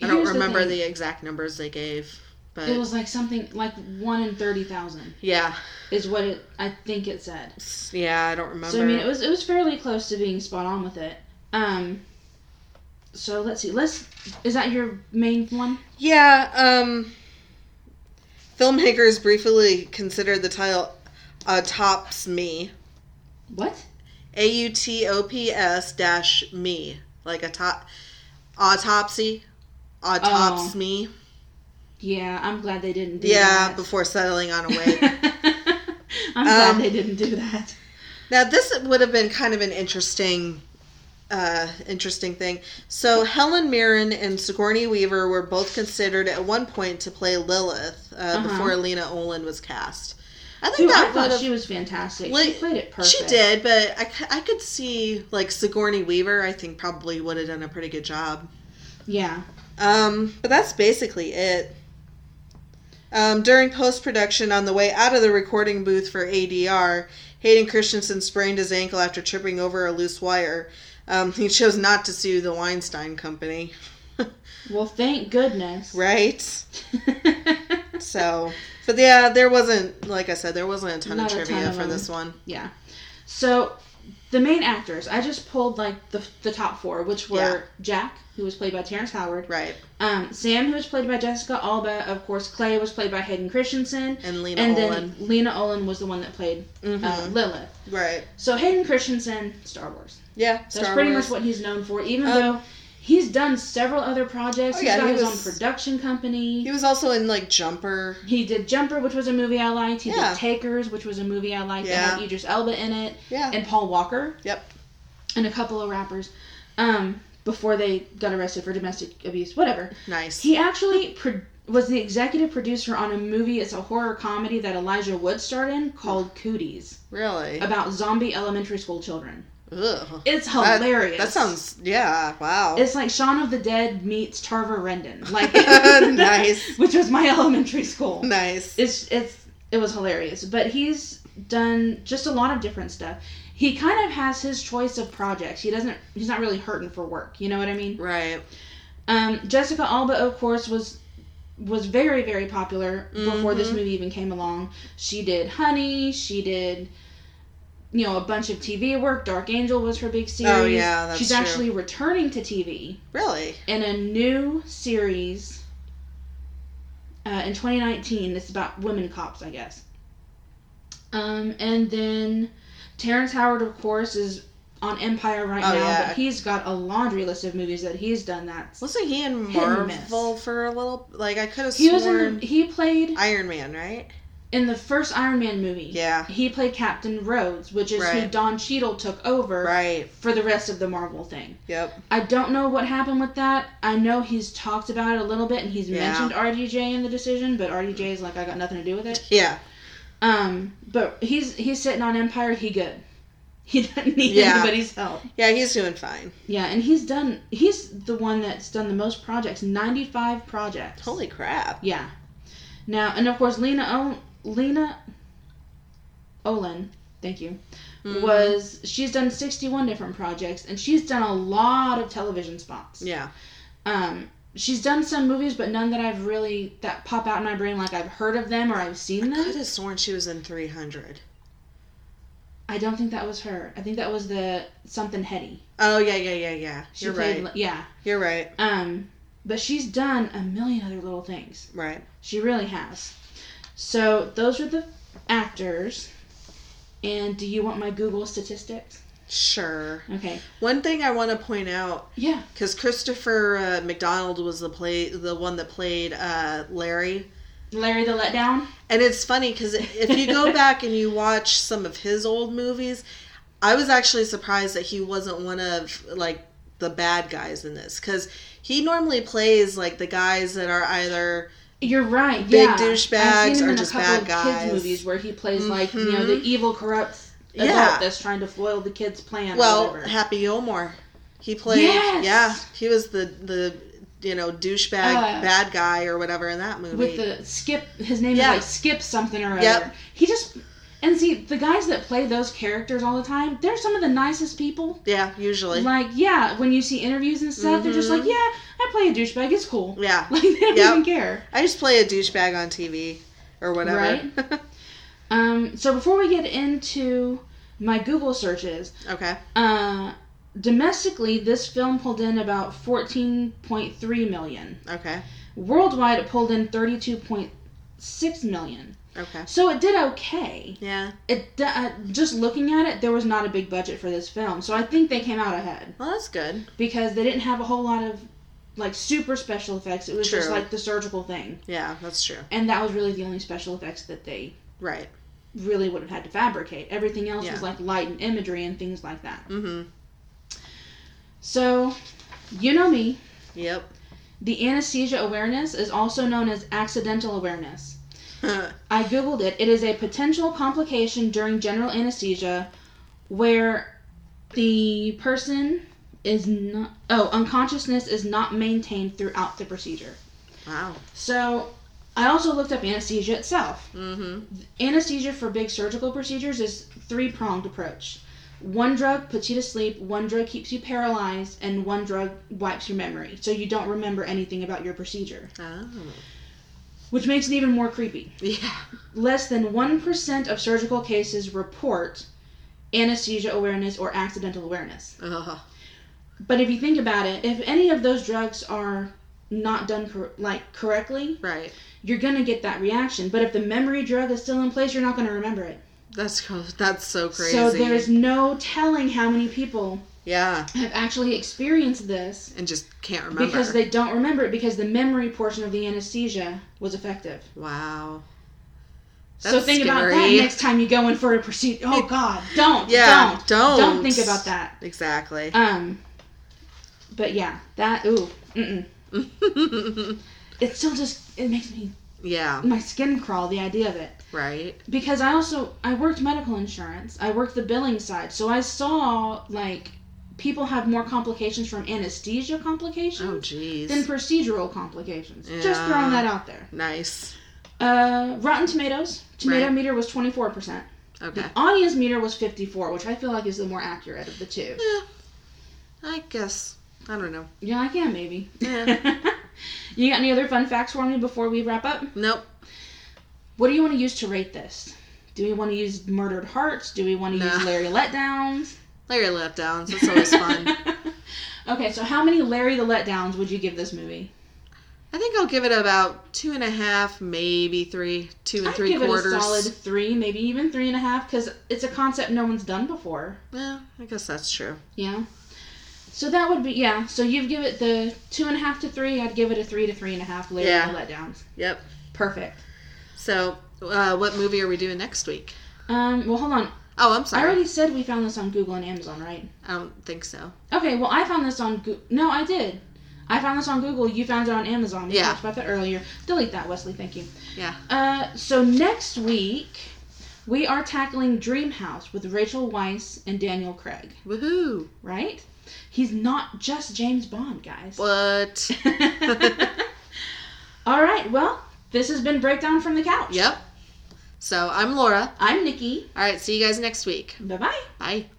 S4: I don't
S5: here's
S4: remember
S5: thing.
S4: the exact numbers they gave, but
S5: It was like something like one in thirty thousand
S4: yeah,
S5: is what it. I think it said.
S4: S- yeah, I don't remember.
S5: So I mean, it was it was fairly close to being spot on with it. Um. So let's see. Let's. Is that your main one?
S4: yeah. Um, filmmakers briefly considered the title "Autops Me,"
S5: What?
S4: A U T O P S dash me, like a top autopsy, autops
S5: Oh,
S4: me.
S5: Yeah, I'm glad they didn't do
S4: Yeah,
S5: [laughs] that.
S4: before settling on a way.
S5: I'm glad
S4: Um,
S5: they didn't do that.
S4: Now this would have been kind of an interesting uh interesting thing. So Helen Mirren and Sigourney Weaver were both considered at one point to play Lilith uh, before Lena Olin was cast. I think
S5: Dude, Uh-huh. I
S4: that would
S5: thought
S4: have
S5: she was fantastic.
S4: Well,
S5: she played it perfect.
S4: she did, but I, c- I could see like Sigourney Weaver, I think probably would have done a pretty good job.
S5: Yeah.
S4: Um, but that's basically it. Um, during post production, on the way out of the recording booth for ADR, Hayden Christensen sprained his ankle after tripping over a loose wire. Um, [laughs] he chose not to sue the Weinstein Company,
S5: Well, thank goodness.
S4: right? So, but yeah, there wasn't, like I said, there wasn't a ton
S5: Not
S4: of
S5: a ton
S4: trivia
S5: of
S4: for
S5: them.
S4: this one.
S5: [laughs] Yeah. So the main actors, I just pulled like the, the top four, which were
S4: Yeah.
S5: Jack, who was played by Terrence Howard,
S4: Right.
S5: um, Sam, who was played by Jessica Alba, of course, Clay was played by Hayden Christensen,
S4: And Lena
S5: and
S4: Olin. Mm-hmm.
S5: then Lena Olin was the one that played uh, Lilith.
S4: Right.
S5: So Hayden Christensen, Star Wars.
S4: Yeah.
S5: That's
S4: Star
S5: pretty
S4: Wars.
S5: much what he's known for, even
S4: Um,
S5: though he's done several other projects.
S4: Oh,
S5: He's
S4: yeah,
S5: got
S4: he
S5: his
S4: was-
S5: own production company.
S4: He was also in like Jumper.
S5: He did Jumper, which was a movie I liked. He
S4: Yeah.
S5: did Takers, which was a movie I liked.
S4: Yeah.
S5: That had Idris Elba in it,
S4: Yeah.
S5: and Paul Walker.
S4: Yep.
S5: and a couple of rappers um, before they got arrested for domestic abuse, whatever.
S4: Nice.
S5: He actually pro- was the executive producer on a movie. It's a horror comedy that Elijah Wood starred in called Cooties
S4: really.
S5: about zombie elementary school children.
S4: Ugh.
S5: It's
S4: That-
S5: hilarious.
S4: That sounds. Yeah. Wow.
S5: It's like Shaun of the Dead meets Tarver Rendon,
S4: [laughs]
S5: like [laughs]
S4: Nice.
S5: which was my [laughs] elementary school.
S4: nice.
S5: It's it's it was hilarious, but he's done just a lot of different stuff. He kind of has his choice of projects. He doesn't. He's not really hurting for work. You know what I mean?
S4: Right.
S5: Um, Jessica Alba, of course, was was very very popular before
S4: Mm-hmm.
S5: this movie even came along. She did Honey. She did you know a bunch of TV work. Dark Angel was her big series.
S4: Oh, yeah, that's
S5: She's
S4: true.
S5: actually returning to TV
S4: Really.
S5: in a new series uh, in 2019. It's about women cops, I guess. Um, and then Terrence Howard, of course, is on Empire right
S4: Oh,
S5: now,
S4: yeah.
S5: but he's got a laundry list of movies that he's done that.
S4: Wasn't he in
S5: Hit and miss.
S4: Marvel for a little? Like I could have
S5: He was in
S4: sworn
S5: the, he played
S4: Iron Man, right?
S5: in the first Iron Man movie.
S4: Yeah.
S5: He played Captain Rhodes, which is who
S4: Right.
S5: Don Cheadle took over
S4: Right.
S5: for the rest of the Marvel thing.
S4: Yep.
S5: I don't know what happened with that. I know he's talked about it a little bit and he's
S4: Yeah.
S5: mentioned RDJ in the decision, but RDJ is like I got nothing to do with it.
S4: Yeah.
S5: Um, but he's he's sitting on Empire. He good. [laughs] He doesn't need
S4: Yeah.
S5: anybody's help.
S4: Yeah, he's doing fine.
S5: Yeah, and he's done. He's the one that's done the most projects. Ninety five projects.
S4: Holy crap.
S5: Yeah. Now and of course Lena o- Lena Olin, thank you,
S4: Mm-hmm.
S5: was she's done sixty one different projects and she's done a lot of television spots.
S4: Yeah.
S5: Um, she's done some movies, but none that I've really that pop out in my brain like I've heard of them or I've seen them.
S4: Could have sworn she was in 300.
S5: I don't think that was her. I think that was the something Hetty.
S4: Oh yeah, yeah, yeah, yeah.
S5: She
S4: You're
S5: played,
S4: right.
S5: Yeah.
S4: You're right.
S5: Um, but she's done a million other little things.
S4: Right.
S5: She really has. So those are the actors. And do you want my Google statistics?
S4: Sure.
S5: Okay.
S4: One thing I want to point out
S5: Yeah.
S4: because Christopher uh, McDonald was the play the one that played uh, Larry.
S5: Larry the Letdown.
S4: And it's funny because if you
S5: [laughs]
S4: go back and you watch some of his old movies, I was actually surprised that he wasn't one of like the bad guys in this because he normally plays like the guys that are either
S5: You're right.
S4: Big
S5: yeah.
S4: douchebags
S5: I've seen him
S4: are
S5: in
S4: just
S5: a couple
S4: bad
S5: of
S4: guys. Mm-hmm.
S5: kids movies where he plays like you know the evil corrupt adult
S4: Yeah.
S5: that's trying to foil the kid's plan. or
S4: well
S5: whatever.
S4: Happy Gilmore. He played
S5: Yes!
S4: yeah he was the the you know douchebag
S5: Uh,
S4: bad guy or whatever in that movie.
S5: with the skip his name
S4: Yeah.
S5: is like skip something or other
S4: Yep.
S5: he just and see the guys that play those characters all the time they're some of the nicest people
S4: yeah, usually.
S5: like yeah when you see interviews and stuff they're just like yeah i play a douchebag it's cool
S4: Mm-hmm. Yeah.
S5: [laughs] like they don't
S4: Yep.
S5: even care
S4: I just play a douchebag on TV or whatever.
S5: Right. um so before we get into my google searches
S4: [laughs] okay.
S5: uh domestically this film pulled in about 14.3 million
S4: Okay.
S5: worldwide it pulled in 32.6 million
S4: Okay.
S5: so it did okay
S4: Yeah.
S5: it d- uh, just looking at it there was not a big budget for this film so i think they came out ahead
S4: Well, that's good.
S5: because they didn't have a whole lot of like super special effects it was just
S4: True.
S5: like the surgical thing
S4: Yeah, that's true.
S5: and that was really the only special effects that they
S4: Right.
S5: really would have had to fabricate everything else was
S4: Yeah.
S5: like light and imagery and things like that
S4: Mm-hmm.
S5: so you know me
S4: Yep. [laughs]
S5: the anesthesia awareness is also known as accidental awareness I googled it. It is a potential complication during general anesthesia where the person is not oh, unconsciousness is not maintained throughout the procedure.
S4: wow.
S5: So, I also looked up anesthesia itself.
S4: Mm-hmm.
S5: Anesthesia for big surgical procedures is three-pronged approach. One drug puts you to sleep, one drug keeps you paralyzed, and one drug wipes your memory, so you don't remember anything about your procedure,
S4: Oh.
S5: which makes it even more creepy.
S4: Yeah.
S5: Less than 1% of surgical cases report anesthesia awareness or accidental awareness.
S4: Ugh.
S5: But if you think about it, if any of those drugs are not done cor- like correctly,
S4: Right.
S5: you're going to get that reaction. But if the memory drug is still in place, you're not going to remember it.
S4: That's cr- that's so crazy.
S5: So there's no telling how many people
S4: yeah,
S5: have actually experienced this
S4: and just can't remember.
S5: because they don't remember it because the memory portion of the anesthesia was effective.
S4: wow.
S5: so
S4: That's
S5: think about that
S4: scary.
S5: next time you go in for a procedure. Oh God, don't,
S4: Yeah,
S5: don't, don't,
S4: don't.
S5: think about that.
S4: Exactly.
S5: Um, but yeah, that ooh, mm-mm. Uh, it still just it makes me
S4: [laughs] yeah.
S5: my skin crawl the idea of it
S4: Right.
S5: because I also I worked medical insurance, I worked the billing side, so I saw like people have more complications from anesthesia
S4: Oh,
S5: complications than
S4: jeez.
S5: procedural complications. Just
S4: Yeah.
S5: throwing that out there.
S4: Nice.
S5: Uh, Rotten Tomatoes tomato
S4: Right.
S5: meter was twenty four percent.
S4: Okay.
S5: The audience meter was 54, which I feel like is the more accurate of the two.
S4: Yeah. I guess. I don't know.
S5: You're like, yeah, maybe.
S4: Yeah.
S5: [laughs] you got any other fun facts for me before we wrap up?
S4: Nope.
S5: What do you want to use to rate this? Do we want to use murdered hearts? Do we want to
S4: No.
S5: use Larry letdowns?
S4: Larry letdowns.
S5: [laughs]
S4: That's always fun.
S5: okay, so how many Larry the letdowns would you give this movie?
S4: I I think I'll give it about two and a half, maybe three, two and
S5: I'd
S4: three
S5: give
S4: quarters.
S5: it a solid three, maybe even three and a half, because it's a concept no one's done before.
S4: Yeah, I guess that's true.
S5: Yeah. So that would be yeah. So you'd give it the two and a half to three. I'd give it a three to three and a half. Later
S4: Yeah.
S5: the letdowns.
S4: Yep.
S5: Perfect.
S4: So, uh, what movie are we doing next week?
S5: Um. Well, hold on.
S4: Oh, I'm
S5: I
S4: sorry. I,
S5: already said we found this on Google and Amazon, right?
S4: don't think so.
S5: Okay. Well, I found this on. Go- no, I did. I found this on Google. You found it on Amazon. We
S4: Yeah.
S5: talked about that earlier. Delete that, Wesley. Thank you.
S4: Yeah.
S5: Uh. So next week. We are tackling Dream House with Rachel Weisz and Daniel Craig,
S4: Woohoo!
S5: right? He's not just James Bond, guys.
S4: What?
S5: [laughs] All right, well, this has been Breakdown from the Couch.
S4: yep. So, I'm Laura.
S5: I'm Nikki.
S4: All right, see you guys next week.
S5: Bye bye.
S4: Bye.